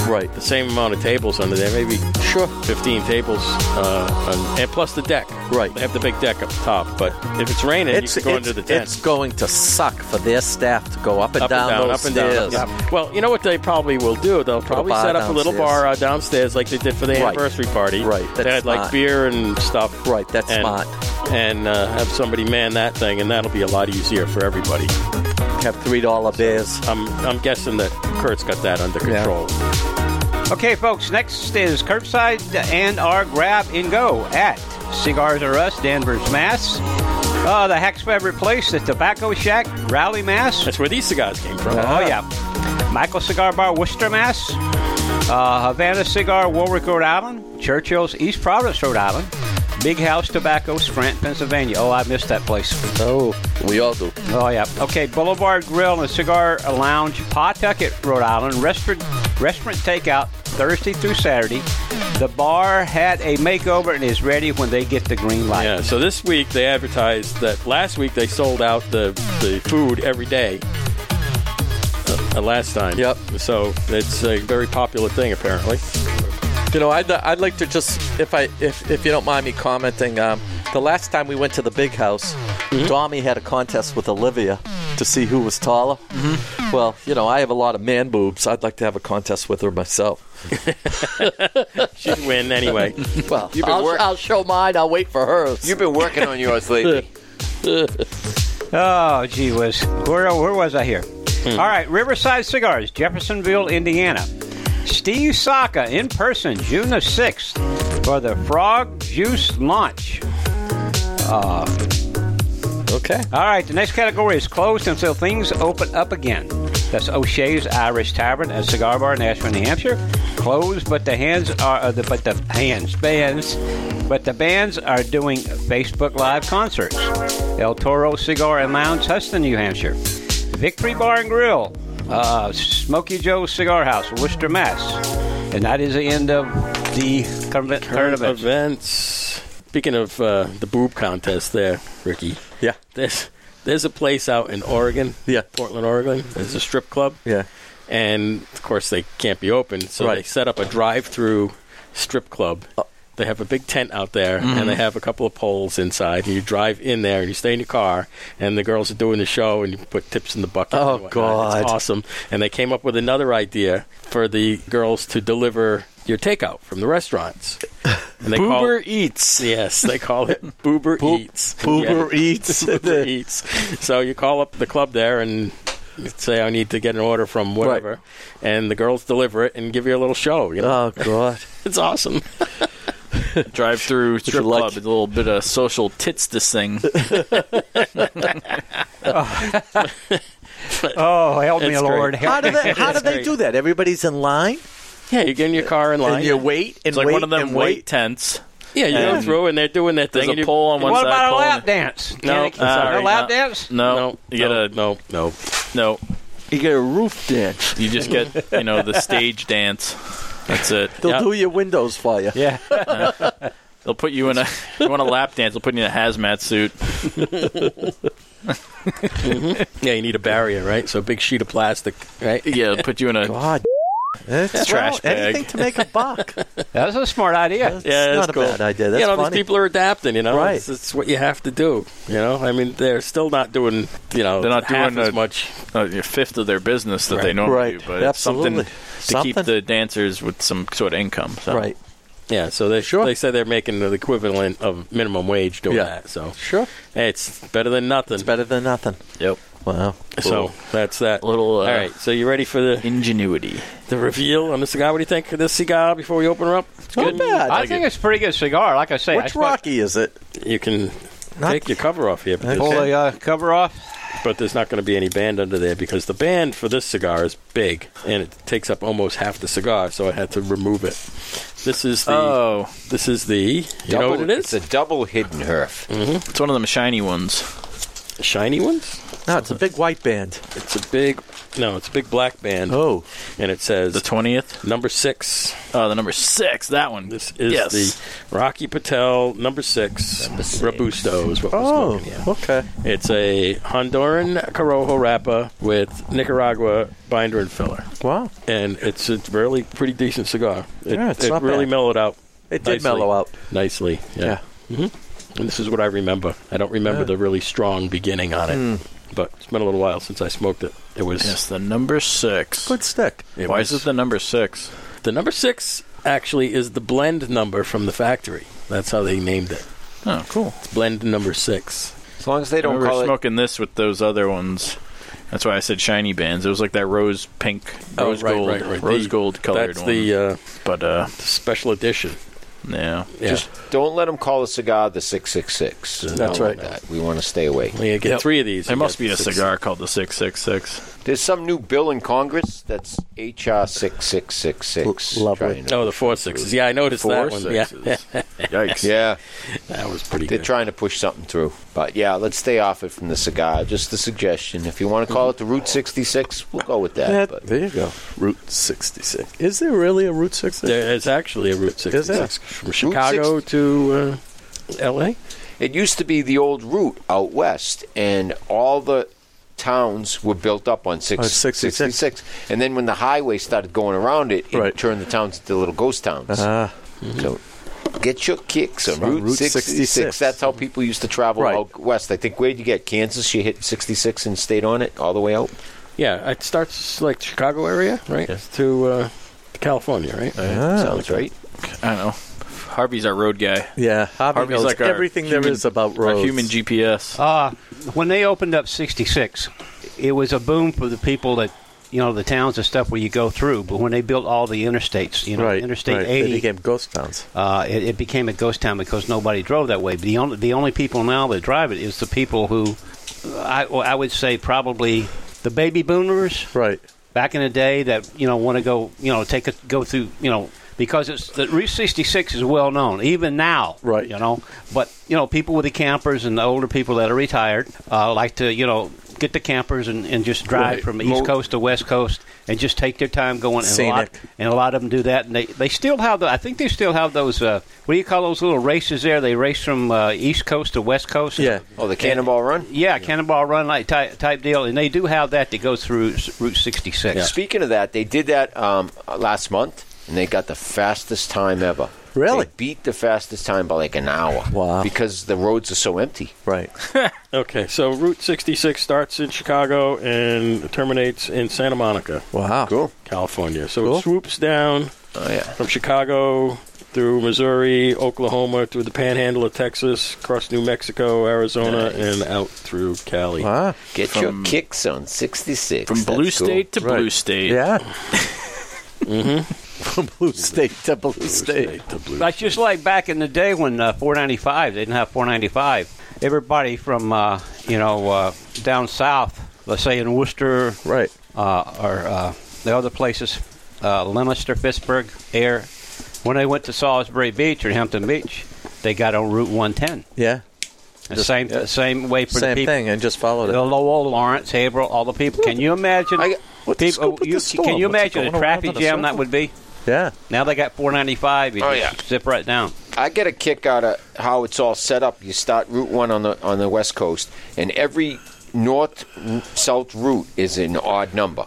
Right.
the same amount of tables under there, maybe
Sure.
15 tables, uh, on- and plus the deck.
Right.
They have the big deck up top, but if it's raining,
It's
you can go
it's,
under the tent.
it's going to suck for their staff to go up and
up
down
and down,
those
up and down, up and
stairs.
down. Well, you know what they probably will do? They'll probably
bar
set up a little
downstairs.
bar uh, downstairs, like they did for the
Right.
anniversary party.
Right,
They
that's
had like
smart.
beer and stuff.
Right, that's
and,
smart.
And uh, have somebody man that thing, and that'll be a lot easier for everybody.
Have three dollar beers.
I'm I'm guessing that Kurt's got that under
Yeah.
control.
Okay, folks, next is curbside and our grab and go at Cigars R Us, Danvers, Mass. Uh, the Hacks Favorite Place, the Tobacco Shack, Raleigh, Mass.
That's where these cigars came from.
Oh, yeah. Michael Cigar Bar, Worcester, Mass. Uh, Havana Cigar, Warwick, Rhode Island. Churchill's, East Providence, Rhode Island. Big House Tobacco, Sprint, Pennsylvania. Oh, I missed that place.
Oh, we all do.
Oh, yeah. Okay, Boulevard Grill and Cigar Lounge, Pawtucket, Rhode Island. Restaurant, restaurant takeout Thursday through Saturday. The bar had a makeover and is ready when they get the green light.
Yeah, so this week they advertised that last week they sold out the, the food every day. Uh, uh, last time.
Yep.
So it's a very popular thing apparently.
You know, I'd, I'd like to just, if I if, if you don't mind me commenting, um, the last time we went to the big house, Dommy had a contest with Olivia to see who was taller. Well, you know, I have a lot of man boobs. I'd like to have a contest with her myself.
She'd win anyway.
Well,
You've been
I'll,
work-
I'll show mine. I'll wait for hers.
You've been working on yours lately.
Oh, gee whiz. Where, where was I here? All right, Riverside Cigars, Jeffersonville, Indiana. Steve Saka in person, June the 6th, for the Frog Juice launch.
okay.
All right, the next category is closed until things open up again. That's O'Shea's Irish Tavern and Cigar Bar, in Nashville, New Hampshire. closed, but the hands are uh, the, but the hands bands, but the bands are doing Facebook Live concerts. El Toro Cigar and Lounge, Huston, New Hampshire. Victory Bar and Grill, uh, Smoky Joe's Cigar House, Worcester, Mass. And that is the end of the tournament.
Current events. Speaking of uh, the boob contest, there, Ricky.
Yeah.
There's there's a place out in Oregon.
Yeah.
Portland, Oregon. There's a strip club.
Yeah.
and of course they can't be open, so
Right. Uh,
they set up a drive-through strip club. They have a big tent out there,
Mm-hmm.
and they have a couple of poles inside. And you drive in there, and you stay in your car, and the girls are doing the show, and you put tips in the bucket.
Oh,
and whatnot.
God.
It's awesome! And they came up with another idea for the girls to deliver your takeout from the restaurants. And they call-
Oh.
Uber Eats.
Yes, they call it Boober Eats.
Uber
Yeah.
Eats.
Boober Eats. So you call up the club there and say, I need to get an order from whatever. And the girls deliver it and give you a little show. You know?
Uh,
oh God.
It's awesome.
Drive through strip
luck.
club. It's a little bit of social tits this thing.
Oh, help me,
It's great.
Lord.
How
Help
do they How do they do that? Everybody's in line,
Yeah, you get in your car and line.
and you wait and
It's like
wait
one of them
and
wait tents.
yeah, you go
and
through and they're doing that
There's
thing. and
a
you-
pole on one
what
side.
about a
pole on
lap
the-
dance?
No,
Yannick,
uh,
sorry. a lap
no.
dance?
No,
No,
you get
no,
a
no, no.
no.
You get a roof dance.
You just get you know the stage dance. That's it.
They'll
Yeah.
do your windows for you.
Yeah.
They'll put you in a. If you want a lap dance? They'll put you in a hazmat suit.
Yeah, you need a barrier, right? So a big sheet of plastic, right?
Yeah, they'll put you in a.
God. That's
Trash
Eh? well,
bag.
Anything to make a buck.
That's a smart idea.
Yeah,
It's
that's
not
cool.
a bad idea. That's
you know,
funny.
these people are adapting. You know,
Right.
it's, it's what you have to do. You know, I mean, they're still not doing. You know,
They're not
half
doing
as
a-
much.
uh, a fifth of their business that they
Right.
normally
Right.
do, but it's
Absolutely.
something to keep
Something.
the dancers with some sort of income. So.
right.
Yeah, so they they say they're making the equivalent of minimum wage doing
Yeah.
that. So
Sure.
hey, it's better than nothing.
It's better than nothing.
Yep.
Wow.
So that's that.
Little, uh,
All right. So you ready for the
Ingenuity.
the reveal on the cigar? What do you think of this cigar before we open her up? It's
Not bad.
I think it's a pretty good cigar. Like I say, I
Which
smoked-
Rocky is it?
You can
Not-
take your cover off here, but there's,
Pull the uh, cover off.
but there's not going to be any band under there because the band for this cigar is big and it takes up almost half the cigar. So I had to remove it. This is the
Oh,
this is the you know what it
It's
is?
a double hidden herf.
it's one of them shiny ones.
Shiny ones.
No, it's a big white band.
It's a big no. It's a big black band
Oh,
and it says
The twentieth.
number six.
Oh, the number six. That one.
This is
yes.
the Rocky Patel number six, Robusto is what we're
oh,
smoking here.
okay.
It's a Honduran Corojo wrapper with Nicaragua binder and filler,
Wow,
and it's a really pretty decent cigar. It,
Yeah, it's
it
not
really
bad.
mellowed out
it did
Nicely.
mellow out.
nicely. Yeah.
Yeah.
And this is what I remember. I don't remember
Yeah. Hmm.
the really strong beginning on it, but it's been a little while since I smoked it. It was
Yes, the number six.
Good stick.
it
Why
was-
is it the number six?
the number six? Actually, is the blend number from the factory. That's how they named it.
Oh, cool.
It's blend number six.
As long as they
we
don't
were
call it
smoking this with those other ones. That's why I said shiny bands. It was like that rose pink,
Oh,
rose
right,
gold,
right, right.
rose
The-
gold colored
That's
one.
the uh,
but uh,
special edition.
yeah.
Yeah.
Just don't let them call a cigar the 666.
That's
Don't
right.
let that. We want to stay away.
Well, you get
Yep.
three of these.
There
you
must
get
be a
six.
cigar called the six six six.
There's some new bill in Congress that's HR 6666.
L- lovely.
trying to-
No, Oh, the four sixes. Yeah, I noticed that
Four
one.
sixes.
Yeah,
Yikes.
Yeah,
that was pretty
they're
good.
trying to push something through. But yeah, let's stay off it from the cigar. Just a suggestion. If you want to call it the Route 66, we'll go with
Yeah,
that. But
there you go. Route 66. Is there really a Route 66?
there is actually a Route
Is
66
there?
from Chicago to uh, L.A.
It used to be the old route out west, and all the towns were built up on six-
On 66.
66. And then when the highway started going around it, it
Right.
turned the towns into little ghost towns.
Ah,
So get your kicks on
On
Route,
Route
66.
66.
That's how people used to travel
Right.
out west. I think where'd you get Kansas? You hit 66 and stayed on it all the way out.
Yeah, it starts like Chicago area, right? To uh, California, right?
Oh,
Sounds right.
I don't know. Harvey's our road guy.
yeah. Harvey
Harvey's
knows
like our
everything there
human-
is about
Our
roads.
human GPS.
Uh, when they opened up 66, it was a boom for the people that, you know, the towns and stuff where you go through. But when they built all the interstates, you know,
right,
Interstate
right. They
80,
became ghost towns.
uh, it, it became a ghost town because nobody drove that way. But the only, the only people now that drive it is the people who, I, well, I would say, probably the baby boomers
Right.
back in the day that you know want to go you know take a go through you know because it's the Route 66 is well known even now
Right.
you know but you know people with the campers and the older people that are retired uh, like to you know get the campers and, and just drive
Right.
from east
Mo-
coast to west coast and just take their time going and a lot
Scenic.
and a lot of them do that and they, they still have the I think they still have those uh, what do you call those little races there they race from uh, east coast to west coast
Yeah.
Oh, the Cannonball Run.
yeah, Cannonball Run like type, type deal, and they do have that that goes through S- Route 66.
Speaking of that, they did that um, last month, and they got the fastest time ever.
Really?
They beat the fastest time by like an hour.
Wow.
Because the roads are so empty.
Right.
Okay, so Route 66 starts in Chicago and terminates in Santa Monica,
Wow.
Cool.
California. So
Cool.
it swoops down
Oh yeah.
from Chicago through Missouri, Oklahoma, through the Panhandle of Texas, across New Mexico, Arizona, and out through Cali.
Wow.
Get your kicks on 66.
From
That's
blue
cool.
state to
Right.
blue state.
Yeah. mm-hmm. From blue state to blue, state.
State to blue.
That's just like back in the day when uh, 495 they didn't have 495. Everybody from uh, you know uh, down south, let's say in Worcester
Right.
uh, or uh, the other places, uh, Leominster, Pittsburgh, Air, when they went to Salisbury Beach or Hampton Beach, they got on Route 110.
Yeah.
The same
yeah.
same way for the
Same
people.
thing, and just followed
The
it.
Lowell, Lawrence, Haverhill, all the people. Can you imagine?
I-
what's the
people-
scoop with
you-
the storm?
can you
What's
imagine the
going around in
traffic
the
jam that
circle?
would be?
Yeah.
Now they got 495. You
Oh,
just
yeah.
zip right down.
I get a kick out of how it's all set up. You start Route One on the on the West Coast, and every north south route is an odd number,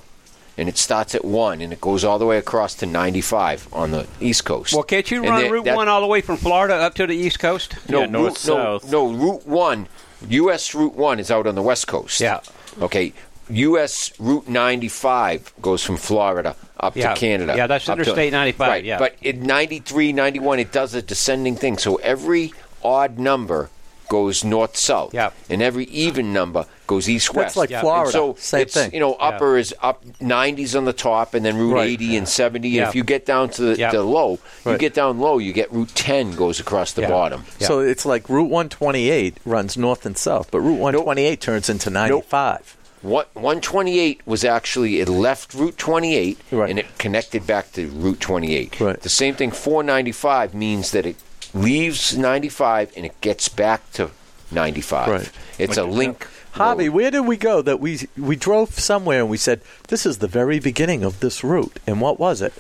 and it starts at one, and it goes all the way across to ninety five on the East Coast.
Well, can't you
And
run
that-
Route
that-
One all the way from Florida up to the East Coast?
No,
Yeah, north,
route, no,
south.
No, Route One, U.S. Route One is out on the West Coast.
Yeah.
Okay. U.S. Route 95 goes from Florida up
Yeah.
to Canada.
Yeah, that's
up to-
Interstate 95,
Right.
yeah.
But in 93, 91, it does a descending thing. So every odd number goes north south.
Yeah.
And every even number goes east west.
That's like
Yeah.
Florida.
So
Same
it's,
thing.
You know, upper is up 90s on the top, and then Route
Right.
80 and 70. And
Yeah.
if you get down to the,
Yeah.
the low, you
Right.
get down low, you get Route 10 goes across the
Yeah.
bottom.
Yeah.
So it's like Route 128 runs north and south, but Route 128 turns into 95.
What 128 was actually it left Route 28
Right.
and it connected back to Route 28.
Right.
The same thing 495 means that it leaves 95 and it gets back to 95.
Right.
It's a link.
Hobby,
road.
where did we go that we we drove somewhere and we said this is the very beginning of this route? And what was it?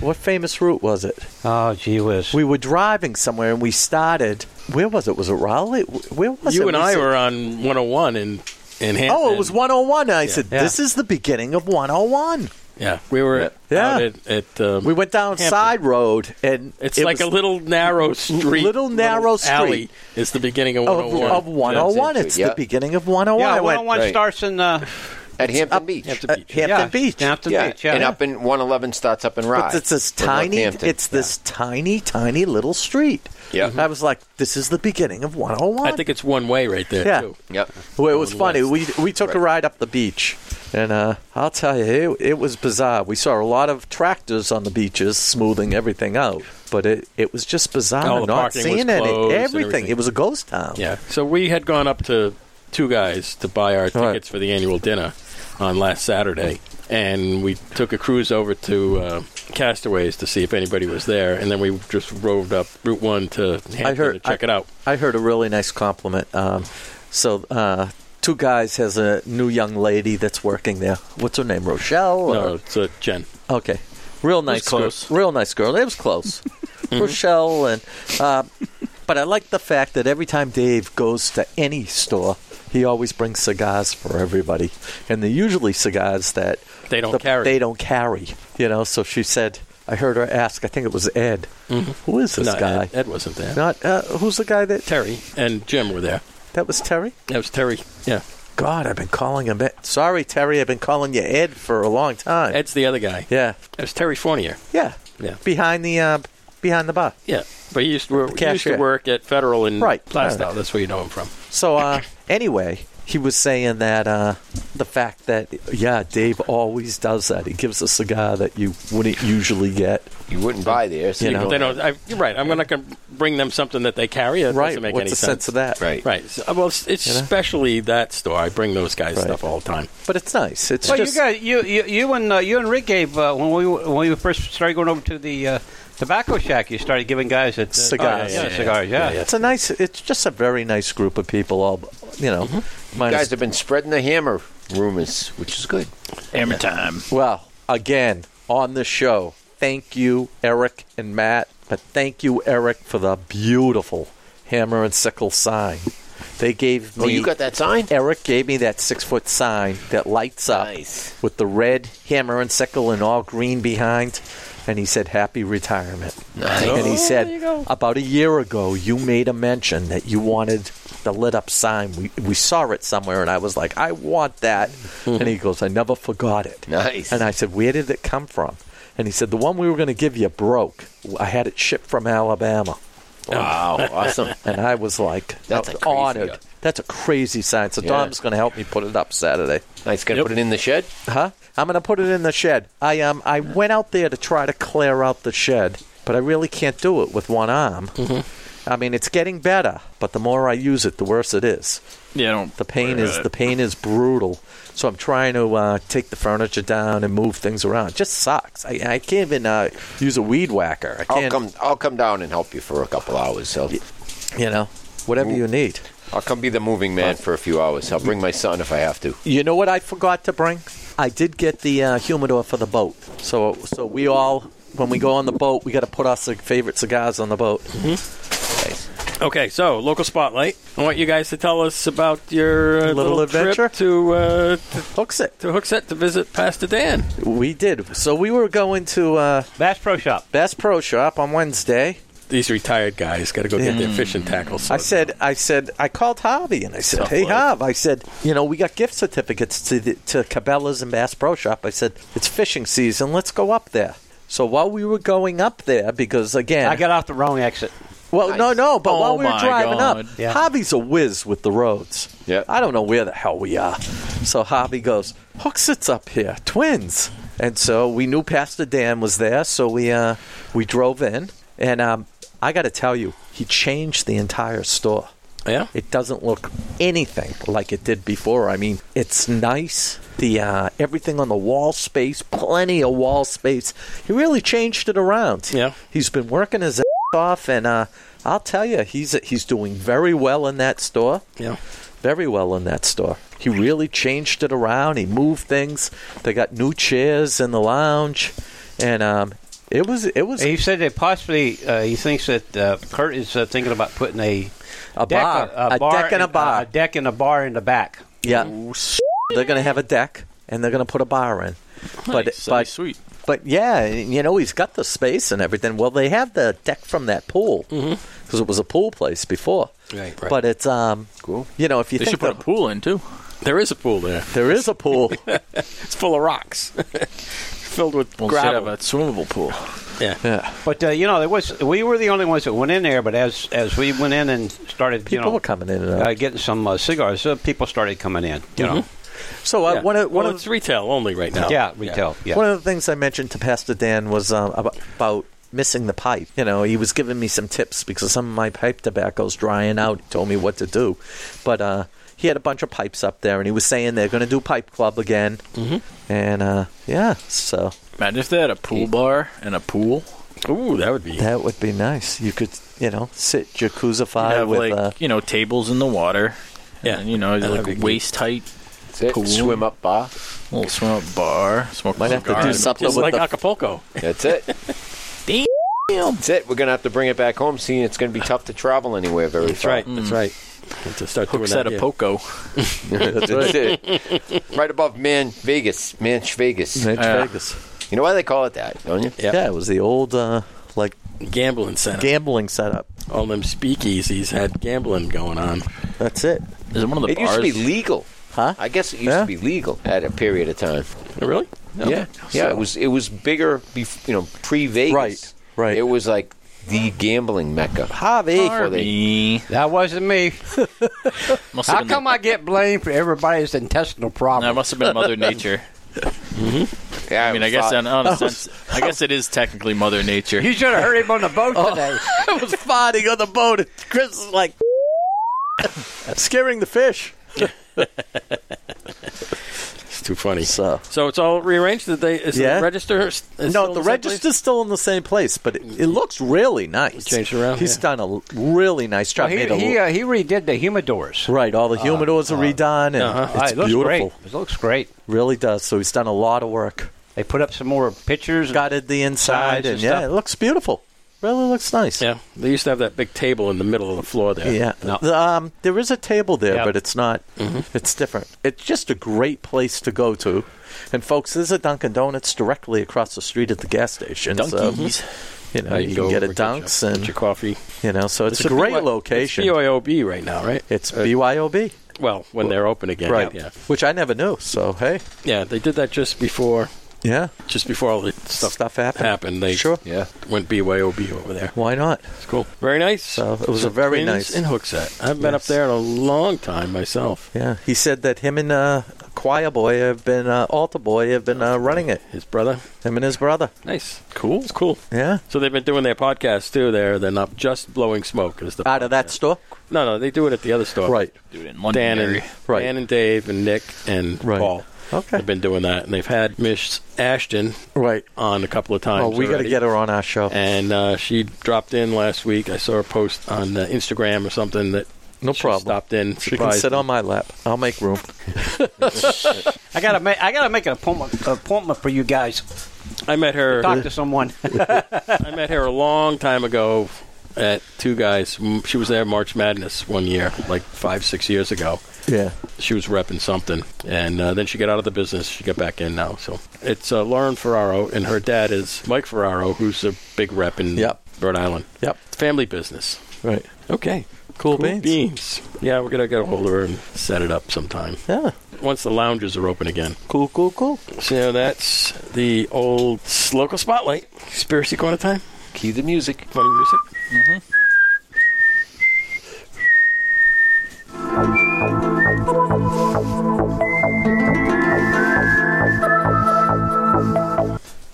What famous route was it?
Oh, gee whiz.
We were driving somewhere and we started. Where was it? Was it Raleigh? Where was it?
You and
We
I
said-
were on 101 in, in Hampton.
Oh, it was 101. And I said,
Yeah.
"This is the beginning of 101."
Yeah, we were at-
Yeah.
out at. at um,
We went down
Hampton.
side road, and
It's
it
like a
was
little narrow street.
little narrow street.
alley is the beginning of
of,
101.
of 101. It's
Yeah.
the beginning of 101.
yeah,
I
one
went,
on one
right.
starts in uh,
at Hampton Beach.
Hampton
uh,
Beach.
Hampton
yeah,
Beach.
Hampton
yeah.
Beach. Yeah.
and up in 111 starts up in Rye.
But it's this
Or
tiny.
Northampton.
It's this tiny, tiny little street.
Yeah.
I was like, this is the beginning of 101.
I think it's one way right there,
Yeah.
too.
Yep.
Well, it was
Going
funny. We we took a ride up the beach, and uh, I'll tell you, it, it was bizarre. We saw a lot of tractors on the beaches smoothing everything out, but it, it was just bizarre
All the
not
parking was
seeing any
closed and
everything.
everything.
It was a ghost town.
Yeah. So we had gone up to two guys to buy our tickets
Right.
for the annual dinner on last Saturday, and we took a cruise over to uh, Castaways to see if anybody was there, and then we just roved up Route One to Hampton
heard-
to check
I-
it out.
I heard a really nice compliment. Um, so. Uh, Two guys has a new young lady that's working there. What's her name? Rochelle? or-
No, it's uh, Jen.
Okay. Real nice
close.
girl. Real nice girl. It was close. Rochelle and uh, but I like the fact that every time Dave goes to any store, he always brings cigars for everybody. And they're usually cigars that
They don't
the-
carry.
They don't carry. You know, so she said I heard her ask, I think it was Ed. "Who is this
No, Ed-
guy?
Mm-hmm. Ed, wasn't there.
Not uh, who's the guy that
Terry and Jim were there.
that was Terry?
That was Terry. Yeah.
God, I've been calling him Ed. Sorry, Terry, I've been calling you Ed for a long time.
Ed's the other guy.
Yeah.
That was Terry Fournier.
Yeah.
Yeah.
Behind the uh, behind the bar.
Yeah, but he used to work, he used to
cashier.
work at Federal in
Right.
Plastow. That's where you know him from.
So uh, anyway, he was saying that uh, the fact that yeah, Dave always does that. He gives a cigar that you wouldn't usually get.
You wouldn't buy there. So
You
you
know.
don't
They don't. I, you're right. I'm not going to bring them something that they carry. That
right.
doesn't make
What's
any
the
sense.
sense of that?
Right.
Right. So, well, it's, it's
You know?
especially that store. I bring those guys
Right.
stuff all the time.
But it's nice. It's
Well,
just
you guys, you, you, you and uh, you and Rick gave uh, when we when we first started going over to the uh, tobacco shack. You started giving guys a
Cigars.
yeah,
Yeah, yeah,
cigars, yeah.
yeah,
it's a nice. It's just a very nice group of people. All you know. minus-
guys have been spreading the hammer rumors, which is good.
Hammer time.
Well, again, on the show, thank you, Eric and Matt, but thank you, Eric, for the beautiful hammer and sickle sign. They gave me.
Oh, you got that sign?
Eric gave me that six foot sign that lights up
Nice.
with the red hammer and sickle and all green behind. And he said, Happy retirement. And he said, About a year ago, you made a mention that you wanted the lit up sign. We, we saw it somewhere, and I was like, I want that. and he goes, I never forgot it.
Hmm. Nice.
And I said, Where did it come from? And he said, The one we were going to give you broke. I had it shipped from Alabama.
Wow, awesome.
And I was like,
That's a crazy
honored.
guy.
That's a crazy sign. So
Yeah.
Dom's going to help me put it up Saturday.
Nice. Gonna
Yep.
put it in the shed.
Huh? I'm going to put it in the shed. I um I went out there to try to clear out the shed, but I really can't do it with one arm.
Mm-hmm.
I mean, it's getting better, but the more I use it, the worse it is.
Yeah, I don't.
The pain
worry
is
about
the
it.
pain is brutal. So I'm trying to uh, take the furniture down and move things around. It just sucks. I, I can't even uh, use a weed whacker. I
I'll
can't.
come. I'll come down and help you for a couple hours. So
You know, whatever you need.
I'll come be the moving man for a few hours. I'll bring my son if I have to.
You know what I forgot to bring? I did get the uh, humidor for the boat. So so we all when we go on the boat, we got to put our cig- favorite cigars on the boat.
Okay, so local spotlight. I want you guys to tell us about your uh,
Little
little,
adventure?
trip to uh, to,
Hooks it.
to Hooksett to visit Pastor Dan.
We did. So we were going to uh,
Bass Pro Shop.
Bass Pro Shop on Wednesday.
These retired guys got to go get
Yeah.
their fishing tackles.
I said, I said, I called Harvey and I said,
Tough
"Hey,
life.
Harv," I said, "You know, we got gift certificates to the, to Cabela's and Bass Pro Shop." I said, "It's fishing season. Let's go up there." So while we were going up there, because again,
I got off the wrong exit.
Well, no, no, but
Oh
while we were
my
driving
God.
up,
Yeah.
Hobby's a whiz with the roads.
Yeah.
I don't know where the hell we are. So Hobby goes, Hook sits up here, twins. And so we knew Pastor Dan was there, so we uh, we drove in. And um, I got to tell you, he changed the entire store.
yeah.
It doesn't look anything like it did before. I mean, it's nice. The uh, everything on the wall space, plenty of wall space. He really changed it around.
Yeah.
he's been working his ass off, and uh, I'll tell you, he's he's doing very well in that store.
Yeah.
Very well in that store. He really changed it around. He moved things. They got new chairs in the lounge, and um, it was it was
He said that possibly uh, he thinks that uh, Kurt is uh, thinking about putting a
a
deck,
bar, a, deck and a
in-
bar.
a deck and a bar in the back.
Yeah. They're going to have a deck and they're going to put a bar in. But
Nice, that'd be
but
sweet.
but yeah, you know he's got the space and everything. Well, they have the deck from that pool because it was a pool place before.
Right, right.
But it's um
Cool.
You know, if you
They
think
should put a
the-
pool in too.
There is a pool there.
there is a pool,
It's full of rocks, filled with
Well, instead of
gravel.
a swimmable pool.
yeah.
But uh, you know, there was we were the only ones that went in there. But as as we went in and started, you
people
know,
were coming in and out.
uh, getting some uh, cigars, uh, people started coming in. You know,
so uh,
Yeah.
one of one
well,
of
it's retail only right now.
yeah, retail. Yeah,
One of the things I mentioned to Pastor Dan was um, about, about missing the pipe. You know, he was giving me some tips because some of my pipe tobacco's drying out. He told me what to do, but uh, he had a bunch of pipes up there, and he was saying they're going to do pipe club again. Mm-hmm. And uh, yeah, so
Imagine if they had a pool bar and a pool.
Ooh, that would be.
that would be nice. You could, you know, sit
You'd
jacuzzified
have
with.
like oh
uh,
you know tables in the water.
Yeah.
and, you know
That'd be
like
good.
waist height
That's it.
Cool.
Swim up bar.
little swim up bar. Smoke
Might
a
have to
cigar.
do
and-
something
It's
with
like
the.
Acapulco.
That's it.
Damn.
That's it. We're gonna have to bring it back home, seeing it's gonna be tough to travel anywhere very
That's
far.
right. That's right. To start doing
Hooks
that
at a
here.
poco.
that's
That's
right.
it. right above Man Vegas, Manch Vegas.
Ranch
Yeah.
Vegas.
You know why they call it that, don't you?
Yep.
Yeah, it was the old uh, like
gambling center.
gambling setup.
All them speakeasies had gambling going on.
That's it,
Is it one of the
It used
bars?
to be legal.
huh?
I guess it used
Yeah.
to be legal at a period of time.
Really?
Yeah, yeah. It was it was bigger, bef- you know, pre Vegas.
Right, right.
It was like the gambling mecca.
Javi.
before they-
Harvey.
that wasn't me.
Must have
How
been-
come I get blamed for everybody's intestinal
No, it
problem?
must have been Mother Nature.
Yeah,
I mean, I guess
thought-
on, on a sense, I guess it is technically Mother Nature.
You should have heard him on the boat today.
I was fighting on the boat, and Chris is like scaring the fish.
It's too funny.
So
So it's all rearranged. Did they? Is
Yeah.
the register? Is
no,
still in
the
same place?
register's still in the same place, but it, it looks really nice.
Changed around,
He's
yeah.
done a l- really nice job.
he,
Made a
he,
l-
uh, he redid the humidors.
right, all the humidors are redone, and
Uh-huh.
Ah,
it's
it looks
beautiful.
great. It looks great.
Really does. So he's done a lot of work.
They put up some more pictures.
Gutted the inside,
Sides and
and yeah,
stuff.
it looks beautiful. Really looks nice.
Yeah, they used to have that big table in the middle of the floor there.
Yeah.
No.
The, um, there is a table there,
Yep.
but it's not.
Mm-hmm.
It's different. It's just a great place to go to. And folks, there's a Dunkin' Donuts directly across the street at the gas station.
Donkeys.
So, you know,
Uh,
you, can
go
get a
over, your-
Dunks
get
and
your coffee.
you know, so it's, a great
BY
location.
It's BYOB right now, right?
It's
Uh,
BYOB,
well, when they're open again,
right?
Yeah,
Which I never knew. So hey,
yeah. They did that just before,
yeah,
just before all the stuff,
Stuff happened.
Happened. They
Sure.
Yeah.
went BYOB over there.
why not?
It's cool. Very nice.
So it was a very
Twins
nice-
in Hooksett. I've been up
Yes.
there in a long time myself.
Yeah, he said that him and uh, Choir Boy have been uh, Altar Boy have been uh, running it.
His brother.
Him and his brother.
Nice. Cool. It's cool.
Yeah,
So they've been doing their podcast too. There, they're not just blowing smoke. Is the
out of that store.
no, no? They do it at the other store.
Right.
Do it in one
Dan
area.
and
Right.
Dan and Dave and Nick and
Right.
Paul.
Okay.
They've been doing that, and they've had Miss Ashton
Right.
on a couple of times.
Oh, we got to
already.
get her on our show.
And uh, she dropped in last week. I saw her post on uh, Instagram or something that
No
she
problem.
stopped in.
She can
surprised
sit
me.
on my lap. I'll make room.
I gotta make I gotta make an appointment, appointment for you guys.
I met her.
Talk to someone.
I met her a long time ago at Two Guys. Mm, She was there March Madness one year, like five, six years ago.
Yeah.
She was repping something, and uh, then she got out of the business. She got back in now. So it's uh, Lauren Ferraro, and her dad is Mike Ferraro, who's a big rep in
Yep.
Rhode Island.
Yep.
Family business.
Right.
Okay.
Cool,
Cool
beans.
beans. Yeah, we're gonna get a hold of her and set it up sometime
Yeah.
once the lounges are open again.
Cool. Cool. Cool.
So that's the old local spotlight conspiracy corner time.
Cue the music.
Funny music.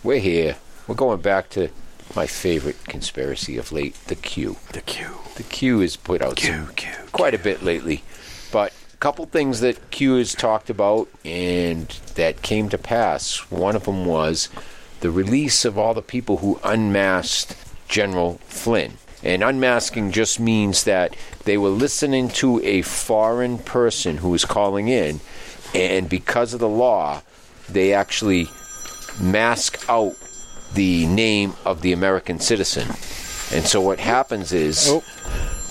We're here. We're going back to my favorite conspiracy of late, the Q.
The Q.
The Q is put out some- quite a bit lately, but a couple things that Q has talked about and that came to pass. One of them was the release of all the people who unmasked General Flynn. And unmasking just means that they were listening to a foreign person who was calling in, and because of the law, they actually mask out the name of the American citizen. And so what happens is.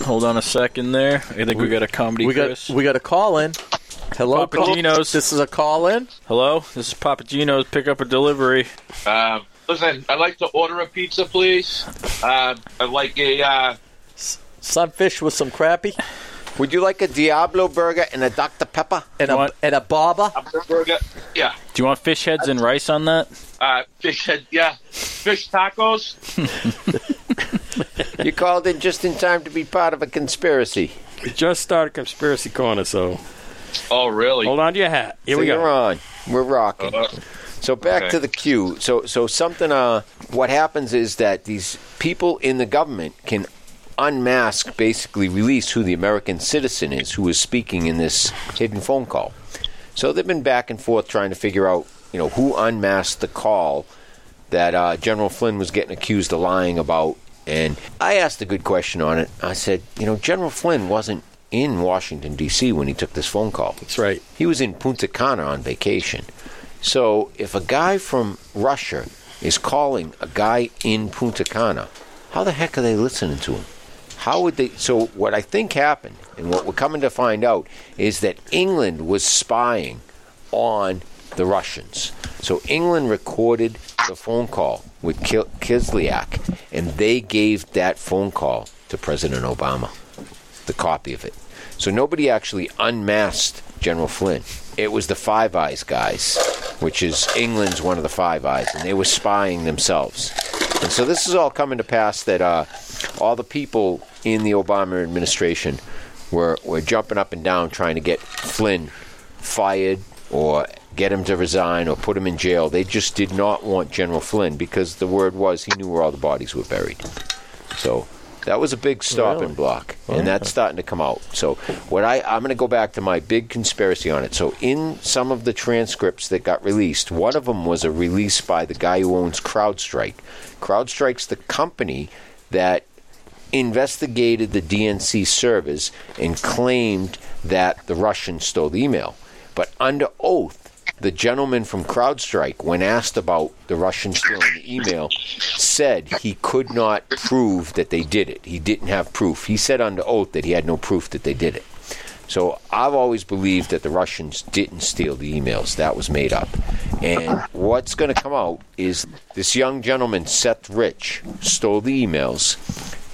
Hold on a second there. I think we, got a comedy.
We
Chris.
got we got a call in. Hello,
Papa
call-
Gino's.
This is a call in.
Hello, this is Papa Gino's. Pick up a delivery.
Um, listen, I'd like to order a pizza, please. Um, I'd like a uh,
Sunfish with some crappie
Would you like a Diablo burger and a Dr. Pepper?
and
You
a
want-
and a baba.
a burger. Yeah,
Do you want fish heads and rice on that?
uh, fish head. Yeah, fish tacos.
You called in just in time to be part of a conspiracy.
We just started conspiracy corner, so
Oh, really?
hold on to your hat. Here
so
we go.
You're on. We're rocking.
Uh,
So back
okay.
to the queue. So so something. Uh, what happens is that these people in the government can unmask, basically release who the American citizen is who is speaking in this hidden phone call. So they've been back and forth trying to figure out, you know, who unmasked the call that uh, General Flynn was getting accused of lying about. And I asked a good question on it. I said, you know, General Flynn wasn't in Washington D.C. when he took this phone call.
That's right.
He was in Punta Cana on vacation. So if a guy from Russia is calling a guy in Punta Cana, how the heck are they listening to him? How would they? So what I think happened, and what we're coming to find out, is that England was spying on the Russians. So England recorded the phone call with Ki- Kislyak, and they gave that phone call to President Obama the copy of it. So nobody actually unmasked General Flynn. It was the Five Eyes guys, which is England's one of the Five Eyes, and they were spying themselves. And so this is all coming to pass that uh, all the people in the Obama administration were, were jumping up and down trying to get Flynn fired or get him to resign or put him in jail. They just did not want General Flynn because the word was he knew where all the bodies were buried. So that was a big stopping block, and that's starting to come out. So what I I'm going to go back to my big conspiracy on it. So in some of the transcripts that got released, one of them was a release by the guy who owns CrowdStrike. CrowdStrike's the company that investigated the DNC servers and claimed that the Russians stole the email. But under oath, the gentleman from CrowdStrike, when asked about the Russians stealing the email, said he could not prove that they did it. He didn't have proof. He said under oath that he had no proof that they did it. So I've always believed that the Russians didn't steal the emails. That was made up. And what's going to come out is this young gentleman, Seth Rich, stole the emails.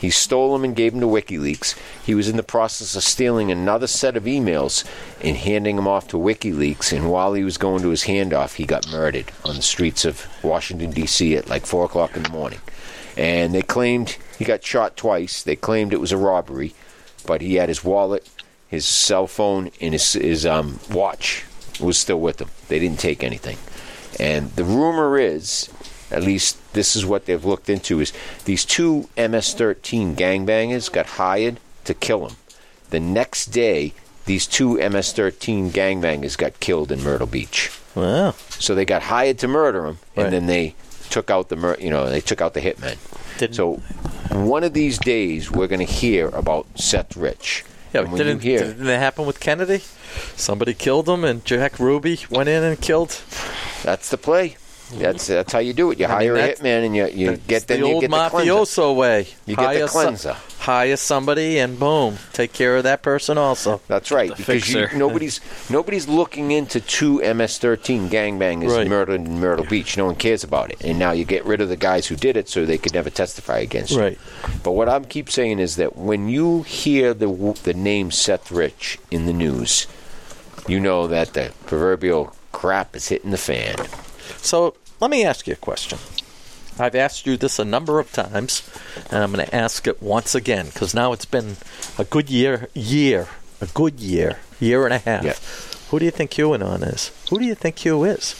He stole them and gave them to WikiLeaks. He was in the process of stealing another set of emails and handing them off to WikiLeaks. And while he was going to his handoff, he got murdered on the streets of Washington, D.C. at like 4 o'clock in the morning. And they claimed he got shot twice. They claimed it was a robbery, but he had his wallet, his cell phone and his, his um, watch was still with him. They didn't take anything. And the rumor is, at least this is what they've looked into, is these two MS-13 gangbangers got hired to kill him. The next day, these two MS-13 gangbangers got killed in Myrtle Beach.
Wow.
So they got hired to murder him, and
Right.
then they took out the mur- you know they took out the hitman.
Didn't-
so one of these days we're going to hear about Seth Rich.
Yeah,
And
but
when you
didn't,
hear-
didn't it happen with Kennedy? Somebody killed him, and Jack Ruby went in and killed.
That's the play. That's that's how you do it. You
mean,
hire a
that's-
hitman and you, you
It's
get then
the
you
old
get the
mafioso
cleanser.
way.
You get the
Hire so-
cleanser.
hire somebody, and boom, take care of that person also.
That's right, because you,
fixer.
nobody's nobody's looking into two MS-13 gangbangers
Right.
in Myrtle in Myrtle Beach. No one cares about it, and now you get rid of the guys who did it, so they could never testify against you.
Right.
But what I'm keep saying is that when you hear the w- the name Seth Rich in the news, you know that the proverbial crap is hitting the fan.
So let me ask you a question. I've asked you this a number of times, and I'm going to ask it once again because now it's been a good year, year, a good year, year and a half.
Yeah.
Who do you think QAnon is? Who do you think Q is?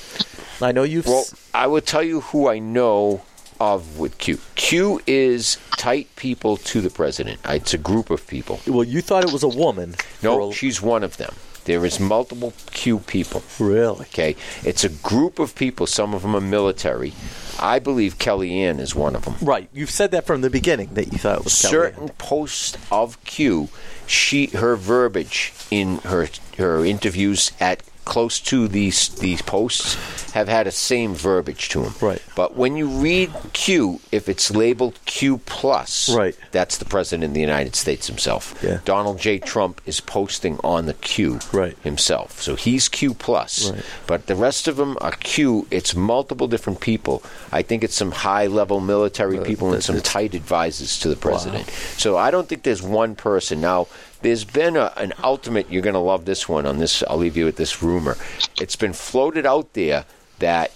I know you've.
Well,
s-
I will tell you who I know of with Q. Q is tight people to the president. It's a group of people.
well, you thought it was a woman.
No,
for a-
she's one of them. There is multiple Q people.
really.
Okay, it's a group of people. Some of them are military. I believe Kellyanne is one of them.
Right, you've said that from the beginning that you thought it was
certain
Kellyanne.
posts of Q, she her verbiage in her her interviews at close to these these posts have had a same verbiage to them.
Right.
But when you read Q, if it's labeled Q plus,
Right.
that's the president of the United States himself.
Yeah.
Donald J. Trump is posting on the Q
Right.
himself, so he's Q plus.
Right.
But the rest of them are Q. It's multiple different people. I think it's some high level
Uh,
military people and some tight advisors to the president. So I don't think there's one person. Now, there's been a, an ultimate, you're going to love this one on this, I'll leave you with this rumor. It's been floated out there that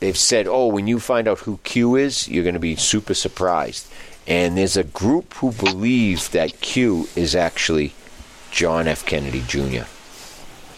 they've said, oh, when you find out who Q is, you're going to be super surprised. And there's a group who believe that Q is actually John F. Kennedy Jr.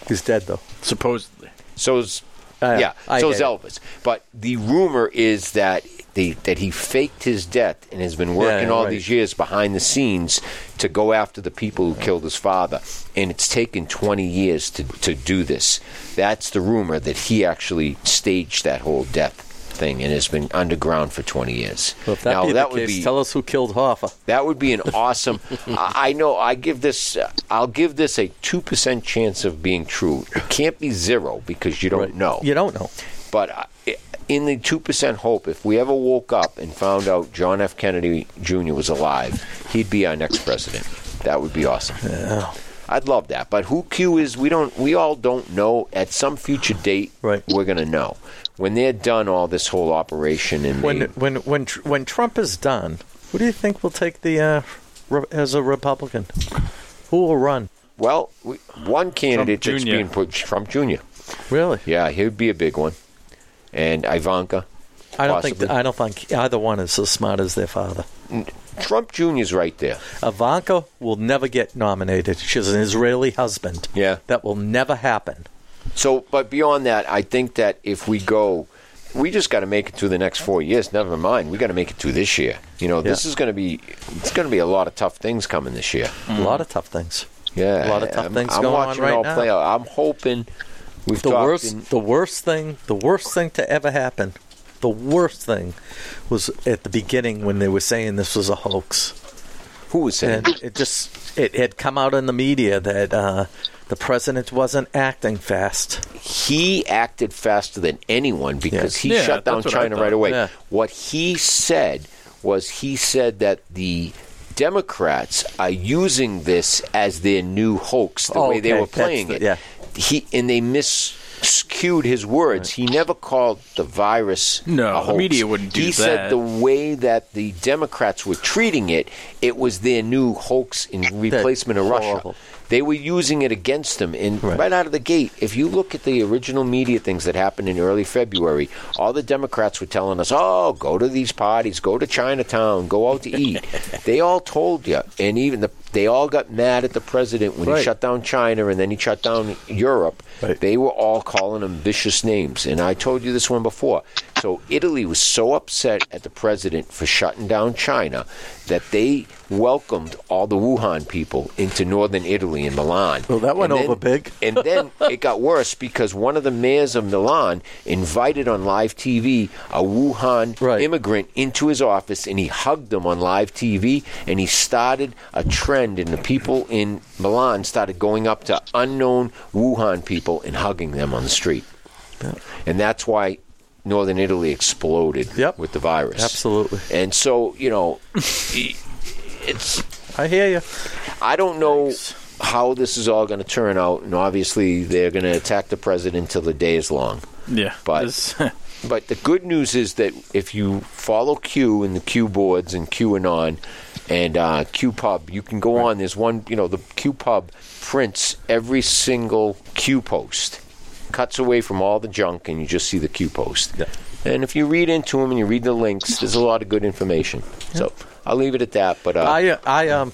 He's dead, though.
Supposedly.
So's
Uh,
yeah,
I
so's
get it.
Elvis. But the rumor is that the that he faked his death and has been working
yeah,
all
right.
these years behind the scenes to go after the people who killed his father. And it's taken 20 years to, to do this. That's the rumor that he actually staged that whole death thing and has been underground for 20 years.
Well, if that
now
be
that
the
would
case,
be
tell us who killed Hoffa.
that would be an awesome. I I know. I give this. I'll give this a two percent chance of being true. It can't be zero because you don't know.
You don't know.
But uh, I- in the two percent hope, if we ever woke up and found out John F. Kennedy Jr. was alive, he'd be our next president. That would be awesome. I'd love that. But who Q is, we don't. We all don't know. At some future date,
Right.
we're gonna know when they're done all this whole operation and
When
they-
when when Tr- when Trump is done, who do you think will take the uh, re- as a Republican? Who will run?
well, we, one candidate that's
Jr..
being put Trump Jr.
Really?
Yeah, he would be a big one. And Ivanka.
I don't think
possibly.
th- I don't think either one is as smart as their father.
Trump Jr.'s right there.
Ivanka will never get nominated. She has an Israeli husband.
Yeah.
That will never happen.
So, but beyond that, I think that if we go, we just got to make it through the next four years. Never mind, we got to make it through this year. You know, this
Yeah.
is going to be it's going to be a lot of tough things coming this year.
A lot of tough things.
Yeah,
A lot of tough
I'm,
things
I'm
going on
watching it
right
all
now.
play out. I'm hoping we've
The
talked
worst,
in-
the worst thing, the worst thing to ever happen, the worst thing, was at the beginning when they were saying this was a hoax,
who was saying
and it just it had come out in the media that uh, the president wasn't acting fast.
he acted faster than anyone because he
Yeah,
shut down
that's what I
China
thought.
right away.
Yeah.
What he said was he said that the Democrats are using this as their new hoax, the
Oh,
way they
okay.
were playing
That's
it.
the-
He and they miscued his words. He never called the virus
No,
a
the
hoax.
media wouldn't do
He said
that.
the way that the Democrats were treating it, it was their new hoax in replacement of Russia.
horrible.
They were using it against them. And right.
Right.
out of the gate, if you look at the original media things that happened in early February, all the Democrats were telling us, oh, go to these parties, go to Chinatown, go out to eat. they all told you. And even the, they all got mad at the president when he
Right.
shut down China and then he shut down Europe.
Right.
They were all calling him vicious names. And I told you this one before. So Italy was so upset at the president for shutting down China that they welcomed all the Wuhan people into northern Italy and Milan.
Well, that went
And
over big.
and then it got worse because one of the mayors of Milan invited on live TV a Wuhan
Right.
immigrant into his office and he hugged him on live TV and he started a trend and the people in Milan started going up to unknown Wuhan people and hugging them on the street. And that's why northern Italy exploded
Yep.
with the virus.
Absolutely,
And so, you know, it's
I hear you.
I don't know how this is all going to turn out, and obviously they're going to attack the president till the day is long.
Yeah.
But-
This-
But the good news is that if you follow Q and the Q boards and QAnon and uh, Q Pub, you can go on. There's one, you know, the Q Pub prints every single Q post, cuts away from all the junk, and you just see the Q post.
Yeah.
And if you read into them and you read the links, there's a lot of good information. So I'll leave it at that. But uh,
I I um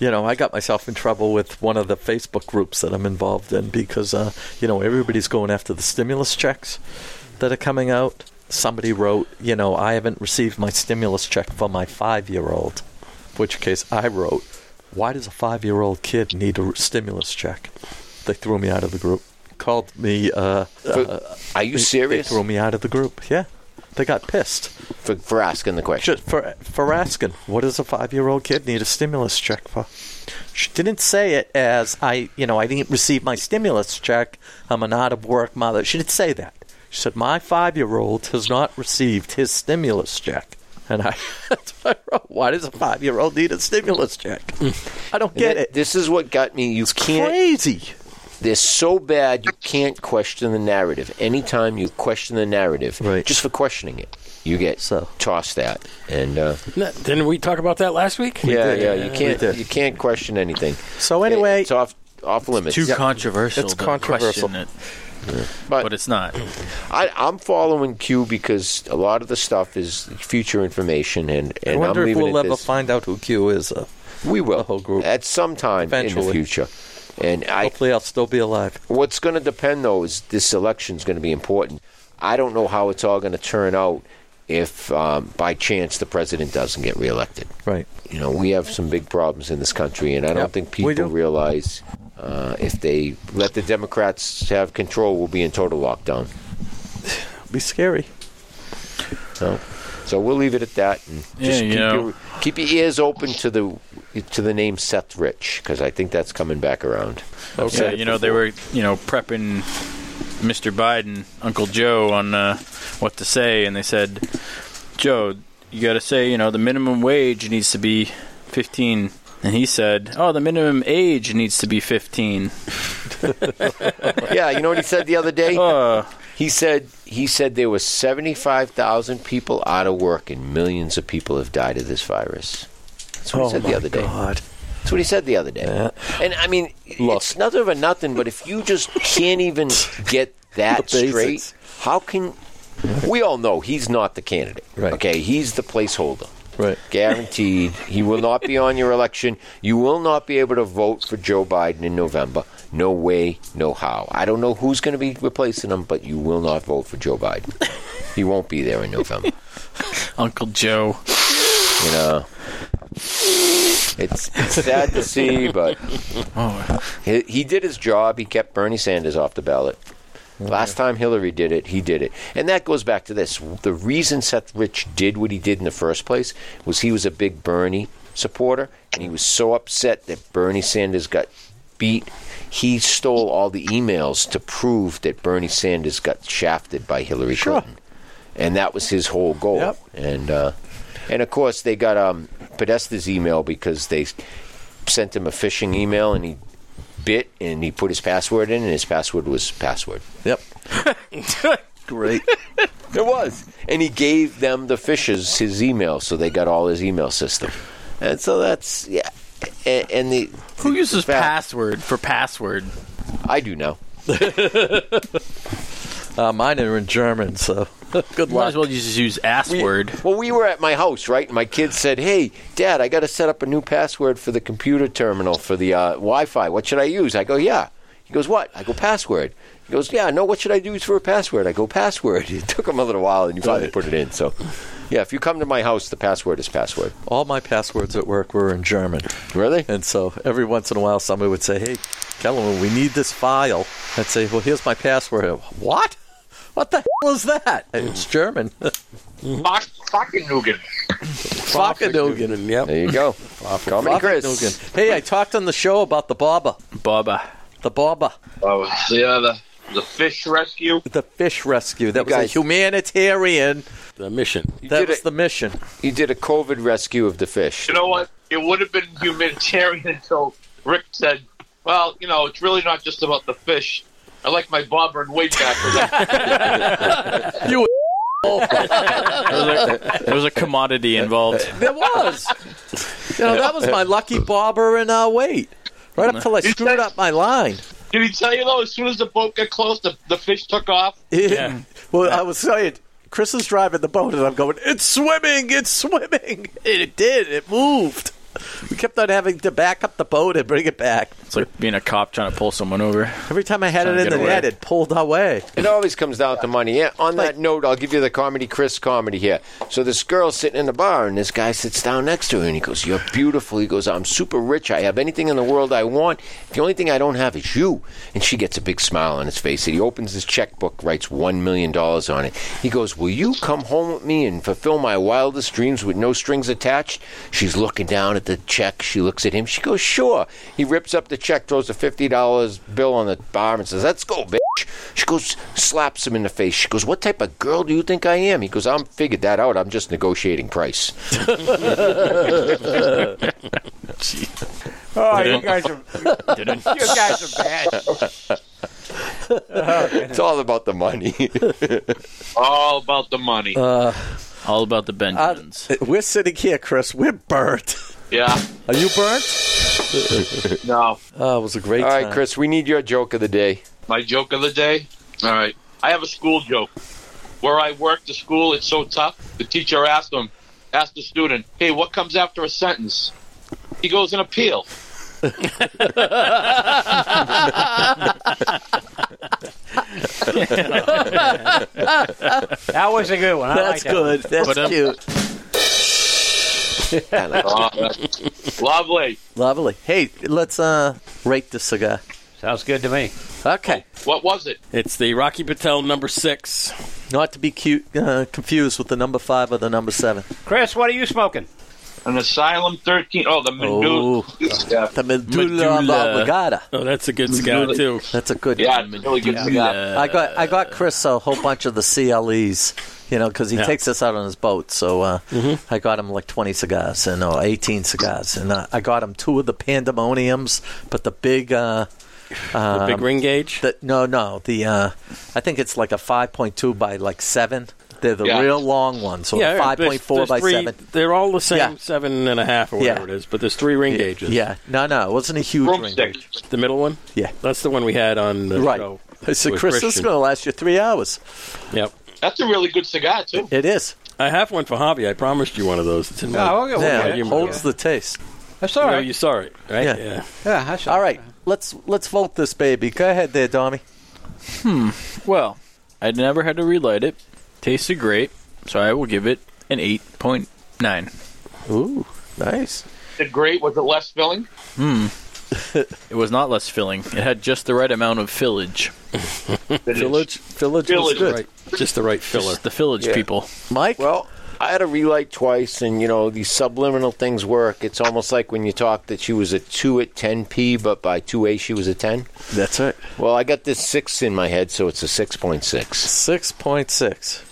you know, I got myself in trouble with one of the Facebook groups that I'm involved in because uh, you know, everybody's going after the stimulus checks that are coming out. Somebody wrote, you know, I haven't received my stimulus check for my 5-year-old. Which case I wrote, why does a 5-year-old kid need a r- stimulus check? They threw me out of the group. Called me uh,
for-
uh
are you
they-
serious
They threw me out of the group. Yeah. They got pissed.
for, for asking the question?
Just for for asking, what does a five year old kid need a stimulus check for? She didn't say it as I, you know, I didn't receive my stimulus check. I'm an out of work mother. She didn't say that. She said my five year old has not received his stimulus check. And I, that's what I wrote. Why does a five year old need a stimulus check? I don't get
Th-
it.
This is what got me. You can't.
Crazy.
They're so bad you can't question the narrative. Anytime you question the narrative,
Right.
just for questioning it, you get
So.
tossed at. And uh,
No, Didn't we talk about that last week?
yeah, yeah, you can't
did.
you can't question anything.
So anyway-
it's off off limits.
Too controversial.
It's
to
controversial.
question it,
but
but it's not.
I, I'm following Q because a lot of the stuff is future information, and
I
and
wonder
I'm
if
leaving
we'll
it
ever
this.
find out who Q is. Uh,
we will
the whole group.
at some time in the
Eventually.
future. And I
hopefully, I'll still be alive.
What's going to depend, though, is this election's going to be important. I don't know how it's all going to turn out if, um, by chance, the president doesn't get reelected.
Right.
You know, we have some big problems in this country, and I don't
Yep,
think
we do.
people realize uh, if they let the Democrats have control, we'll be in total lockdown.
It'll be scary.
So, so we'll leave it at that, and just
Yeah, you
keep,
know.
your, keep your ears open to the to the name Seth Rich because I think that's coming back around.
Yeah, you know they were you know prepping Mr. Biden, Uncle Joe, on uh, what to say, and they said, Joe, you got to say you know the minimum wage needs to be 15, and he said, oh, the minimum age needs to be 15.
yeah, you know what he said the other day?
Uh,
He said he said there were seventy five thousand people out of work and millions of people have died of this virus. That's what he said the other day.
Oh God.
That's what he said the other day. And I mean, it's nothing of a nothing. But if you just can't even get that
The basics.
straight, how can we all know he's not the candidate?
Right.
Okay, he's the placeholder.
Right.
Guaranteed, he will not be on your election. You will not be able to vote for Joe Biden in November. No way, no how. I don't know who's going to be replacing him, but you will not vote for Joe Biden. he won't be there in November.
Uncle Joe.
You know, it's, it's sad to see, but
Oh,
he, he did his job. He kept Bernie Sanders off the ballot. Last time Hillary did it, he did it. And that goes back to this. The reason Seth Rich did what he did in the first place was he was a big Bernie supporter, and he was so upset that Bernie Sanders got beat. He stole all the emails to prove that Bernie Sanders got shafted by Hillary Clinton. And that was his whole goal.
Yep.
And, uh, and of course, they got um, Podesta's email because they sent him a phishing email, and he bit and he put his password in, and his password was password.
Yep.
Great. it was. And he gave them, the fishes, his email, so they got all his email system. And so that's, yeah. And, and the.
who uses
the fact-
password for password?
I do know.
Uh, mine are in German, so good
Might
luck.
as well just use ass word.
Well, we were at my house, right? And my kids said, "Hey, Dad, I got to set up a new password for the computer terminal for the uh, Wi-Fi. What should I use?" I go, "Yeah." He goes, "What?" I go, "Password." He goes, "Yeah, no. What should I use for a password?" I go, "Password." It took him a little while, and you finally put it in. So, yeah, if you come to my house, the password is password.
All my passwords at work were in German.
Really?
And so every once in a while, somebody would say, "Hey, Kellerman, we need this file." I'd say, "Well, here's my password." What? What the hell is that? It's German.
Uh, Fucking Nugan.
Fockenugen. Yep.
There you go. Comedy Chris.
Fockenugen. Hey, I talked on the show about the Baba.
Baba.
The Baba.
Oh, the other. The fish rescue.
The fish rescue. That was
guys-
a humanitarian.
The mission.
That
did
was
it.
the mission.
You did a COVID rescue of the fish.
You know what? It would have been humanitarian until Rick said, well, you know, it's really not just about the fish. I like my bobber and weight back.
There was, a, there was a commodity involved.
There was. you know, that was my lucky bobber and uh, wait. Right up till I screwed up my line.
Did he tell you, though, as soon as the boat got close, the, the fish took off?
Yeah. Well, I was saying, Chris is driving the boat, and I'm going, it's swimming, it's swimming. And it did, it moved. We kept on having to back up the boat and bring it back.
It's like being a cop trying to pull someone over.
Every time I had
Trying
it
to
in
get
the
away.
net, it pulled away.
It always comes down to money. Yeah, on that note, I'll give you the comedy Chris comedy here. So this girl's sitting in the bar, and this guy sits down next to her, and he goes, "You're beautiful." He goes, "I'm super rich. I have anything in the world I want. The only thing I don't have is you." And she gets a big smile on his face, and he opens his checkbook, writes one million dollars on it. He goes, "Will you come home with me and fulfill my wildest dreams with no strings attached?" She's looking down at the check. She looks at him. She goes, "Sure." He rips up the check, throws a fifty dollars bill on the bar, and says, "Let's go, bitch." She goes, slaps him in the face. She goes, What type of girl do you think I am? He goes, I'm figured that out. I'm just negotiating price.
Oh, you guys are you guys are bad.
It's all about the money.
All about the money.
All about the Benjamins.
We're sitting here, Chris. We're burnt.
yeah.
Are you burnt?
No.
Oh, it was a great
all right,
time.
Chris, we need your joke of the day.
My joke of the day. All right. I have a school joke. Where I work, the school, it's so tough. The teacher asked him, asked the student, hey, what comes after a sentence? He goes, an appeal.
That was a good one. I
That's
like that.
good. That's
Put 'em-
cute.
Ah, lovely.
Lovely. Hey, let's uh rate the cigar. Oh,
Sounds good to me.
Okay.
What was it?
It's the Rocky Patel number six.
Not to be cute, uh, confused with the number five or the number seven.
Chris, what are you smoking?
An Asylum 13. Oh, the
Oh.
Menudo. Yeah,
The medulla,
Medulla.
oblongata.
Oh, that's a good cigar too.
That's a good
yeah it's really good.
Yeah, I got I got Chris a whole bunch of the CLEs, you know, because he takes us out on his boat. So uh, I got him like twenty cigars and no, eighteen cigars, and uh, I got him two of the pandemoniums, but the big. Uh,
The big ring gauge.
Um, the, no, no. The uh, I think it's like a five point two by like seven. They're the
Yeah.
real long ones, so
there's-
five point four
there's
by
three-
seven.
They're all the same
Yeah.
seven and a half or whatever
Yeah.
it is, but there's three ring gauges.
Yeah, no, no, it wasn't a huge ring.
Broomstick.
The middle one?
Yeah.
That's the one we had on the
Right.
show.
So
with
Chris, this is
Christian.
going to last you three hours.
Yep.
That's a really good cigar, too.
It is.
I have one for Hobby. I promised you one of those. It's in my...
Oh, okay.
Yeah,
okay.
it holds the taste.
That's all
No,
right.
you saw it, right?
Yeah.
Yeah, that's
All right, let's let's vote this baby. Go ahead there, Dommy.
Hmm. Well, I never had to relight it. Tasted great, so I will give it an eight point nine.
Ooh, nice.
The great was it less filling?
Hmm. it was not less filling. It had just the right amount of fillage.
Village, village, was
Village.
good.
Right.
Just the right filler. the fillage
Yeah.
people.
Mike,
Well, I had a relight twice, and you know these subliminal things work. It's almost like when you talk that she was a two at ten p, but by two a she was a ten.
that's it.
Well, I got this six in my head, so it's a six point six.
Six point six.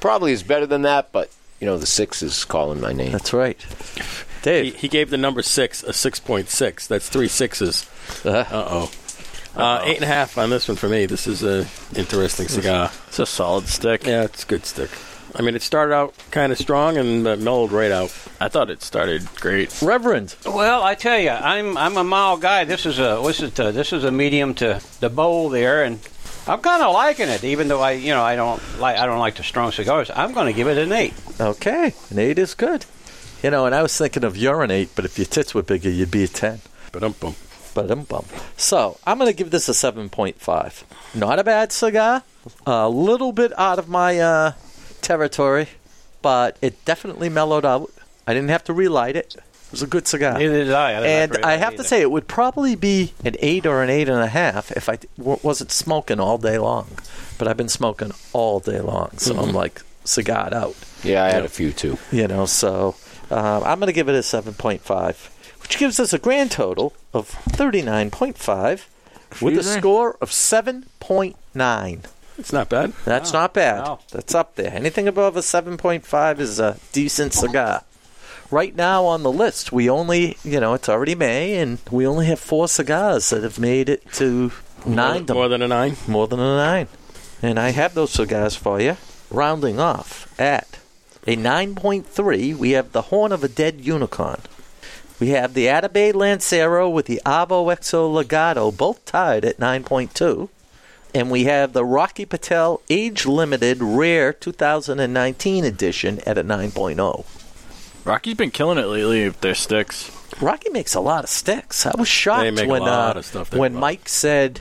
Probably is better than that, but you know the six is calling my name.
That's right.
He,
Dave,
he gave the number six a six point six. That's three sixes.
uh,
Uh-oh. Uh, eight and a half on this one for me. This is a interesting
Hmm.
cigar.
It's a solid stick.
Yeah, it's a good stick. I mean, it started out kind of strong and uh, mellowed right out.
I thought it started great.
Reverend.
Well, I tell you, I'm I'm a mild guy. This is a this is a, this is a medium to the bowl there, and I'm kind of liking it. Even though I you know I don't like I don't like the strong cigars. I'm going to give it an eight.
Okay, an eight is good. You know, and I was thinking of you're an eight, but if your tits were bigger, you'd be a ten.
But um, boom.
But um bum. So I'm going to give this a seven point five. Not a bad cigar. A little bit out of my uh, territory, but it definitely mellowed out. I didn't have to relight it. It was a good cigar.
Neither did I. I didn't
and
really
I
like it
have to
either.
say, it would probably be an eight or an eight and a half if I d- w- wasn't smoking all day long. But I've been smoking all day long, so I'm like cigarred out.
Yeah, I had a few too.
You know, so um, I'm going to give it a 7.5, which gives us a grand total of 39.5 with a score of 7.9.
It's not bad.
That's not bad.
wow.
That's up there. Anything above a 7.5 is a decent cigar. Right now on the list, we only, you know, it's already May, and we only have four cigars that have made it to nine.
More than a nine.
More than a nine. And I have those cigars for you. Rounding off at a 9.3, we have the Horn of a Dead Unicorn. We have the Atabey Lancero with the Avo Exo Legato, both tied at 9.2. And we have the Rocky Patel Age Limited Rare 2019 edition at a oh. 9.0.
Rocky's been killing it lately with their sticks.
Rocky makes a lot of sticks. I was shocked
They make a
when
lot
uh,
of stuff. They
when
love.
Mike said,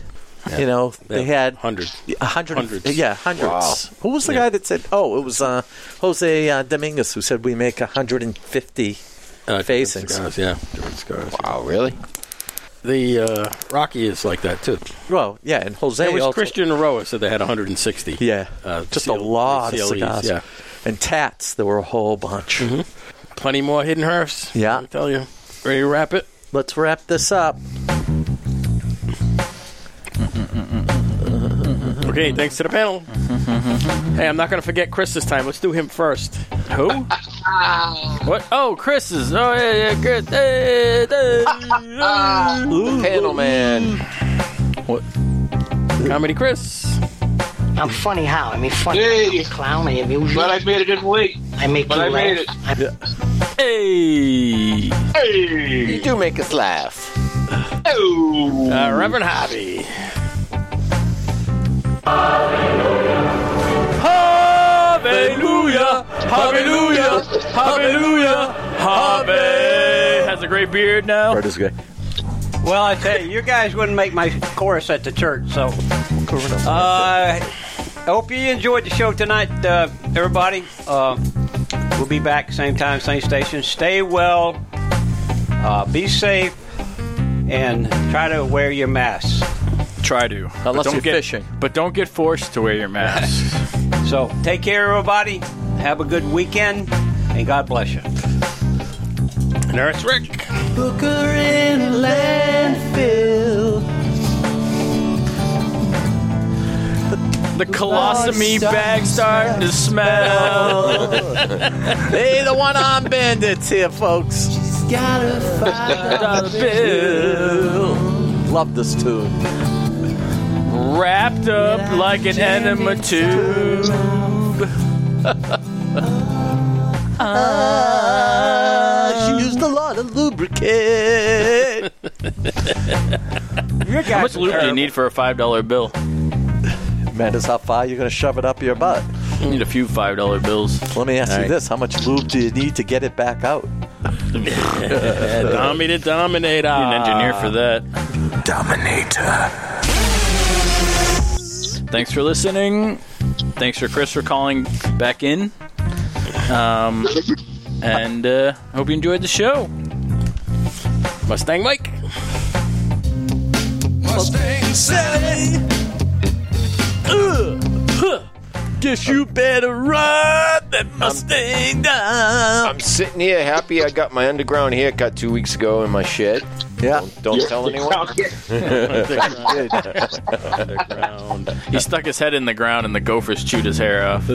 you know, they had
hundred.
A hundred,
Hundreds.
yeah, hundreds.
Wow.
Who was the guy that said? Oh, it was uh, Jose uh, Dominguez who said we make a hundred and fifty.
Uh,
Facings.
different cigars, yeah, different cigars.
Wow, Oh, really?
The uh, Rocky is like that too.
Well, yeah, and Jose
It was
also,
Christian Aroa said they had 160.
Yeah,
uh,
just a
CL
lot
CLEs,
of cigars.
E, Yeah,
and tats. There were a whole bunch.
plenty more hidden hearths.
Yeah.
I tell you. Ready to wrap it?
Let's wrap this up.
Okay, thanks to the panel. hey, I'm not going to forget Chris this time. Let's do him first.
Who? what? Oh, Chris's. Oh, yeah, yeah, Chris. Hey, hey.
Panel man.
Comedy Chris.
I'm funny how? I mean, funny.
Hey.
I'm a clown. I amuse you.
But I made it in late.
I make
but
you
I
laugh.
made it.
I'm-
Hey.
Hey!
You do make us laugh.
Oh.
Uh, Reverend Hobby.
Hallelujah. Hallelujah. Hallelujah. Habe. Has a great beard now.
Right, this guy.
Well, I tell you, you guys wouldn't make my chorus at the church, so. Uh, I hope you enjoyed the show tonight, uh, everybody. Uh, we'll be back same time, same station. Stay well, uh, be safe, and try to wear your masks.
Try to. But
Unless
don't
you're
get,
fishing.
But don't get forced to wear your mask.
So, take care, everybody. Have a good weekend, and God bless you.
Nurse Rick.
Booker in a landfill.
The colostomy bag starting to smell.
Hey, the one arm bandits here, folks.
She's got a five
Love this tune.
Wrapped up like an enema tube.
Ah, she used a lot of lubricant.
You
How
guys
much lube do you need for a five dollar bill?
Matters how far you're going to shove it up your butt.
You need a few five dollar bills.
Let me ask you
Alright.
this: How much lube do you need to get it back out?
Tommy the Dominator.
Need an engineer for that.
Dominator.
Thanks for listening. Thanks for Chris for calling back in. Um, and uh, hope you enjoyed the show. Mustang Mike.
Mustang Sally. Ugh, Uh, huh. Guess you better run that Mustang down.
I'm sitting here happy I got my underground haircut two weeks ago in my shed.
Yeah.
Don't, don't tell anyone.
He stuck his head in the ground and the gophers chewed his hair off.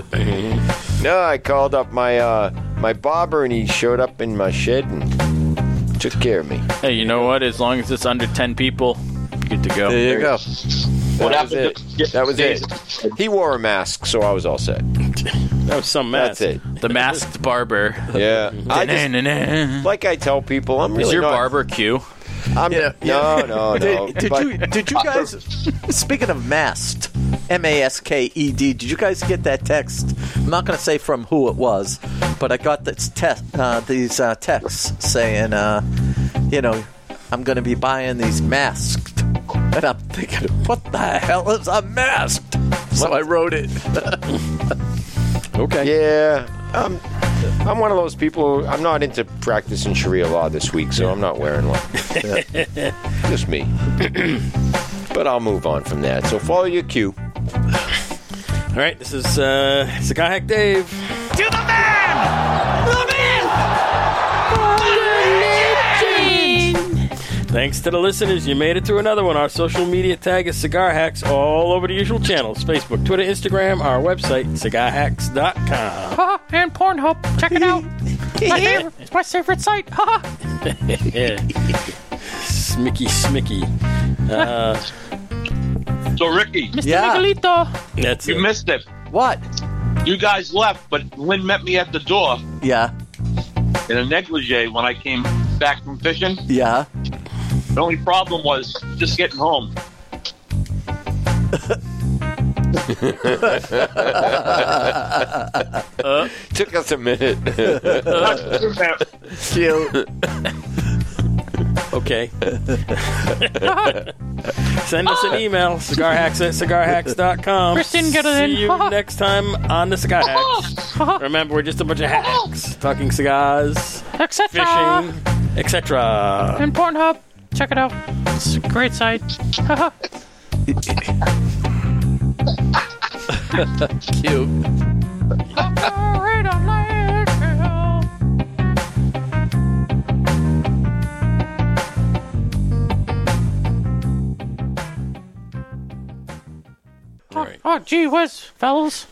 No, I called up my uh, my barber and he showed up in my shed and took care of me.
hey, you know what? As long as it's under 10 people, good to go.
There you go. That was it. That was it. He wore a mask, so I was all set.
That was some
mask. That's
it. The masked barber.
Yeah. I just, like I tell people, I'm really
Is your
not-
barber Q?
I'm, No, no, no.
Did, did
But-
you did you guys? speaking of masked, M A S K E D. Did you guys get that text? I'm not going to say from who it was, but I got this test. Uh, these uh, texts saying, uh, you know, I'm going to be buying these masked, and I'm thinking, what the hell is a masked? So I wrote it.
Okay. Yeah. Um, I'm one of those people. who- I'm not into practicing Sharia law this week, so I'm not wearing one. Just me. but I'll move on from that. So follow your cue.
All right, this is uh, Sakayak Dave.
To the man! The man! The legend!
Thanks to the listeners, you made it through another one. Our social media tag is Cigar Hacks all over the usual channels Facebook, Twitter, Instagram, our website, cigarhacks.com.
Haha, and Pornhub. Check it out. my favorite, it's my favorite site. Haha.
smicky, smicky. Uh,
So Ricky,
Mr. Miguelito.
that's
you
it.
missed it.
What?
You guys left, but Lynn met me at the door
Yeah,
in a negligee when I came back from fishing.
yeah.
Uh-huh.
The only problem was just getting home.
Took us a minute.
Cute.
Okay. Send us an email, cigarhacks at cigarhacks.com.
Chris didn't get it in. Oh.
See you next time on the Cigar Hacks. Remember, we're just a bunch of hacks talking cigars,
Etc. Ah.
fishing, etc.
And Pornhub. Check it out. It's a great site. Haha.
Cute.
Right on my eggshell.
All right.
Oh, gee oh, whiz, fellas.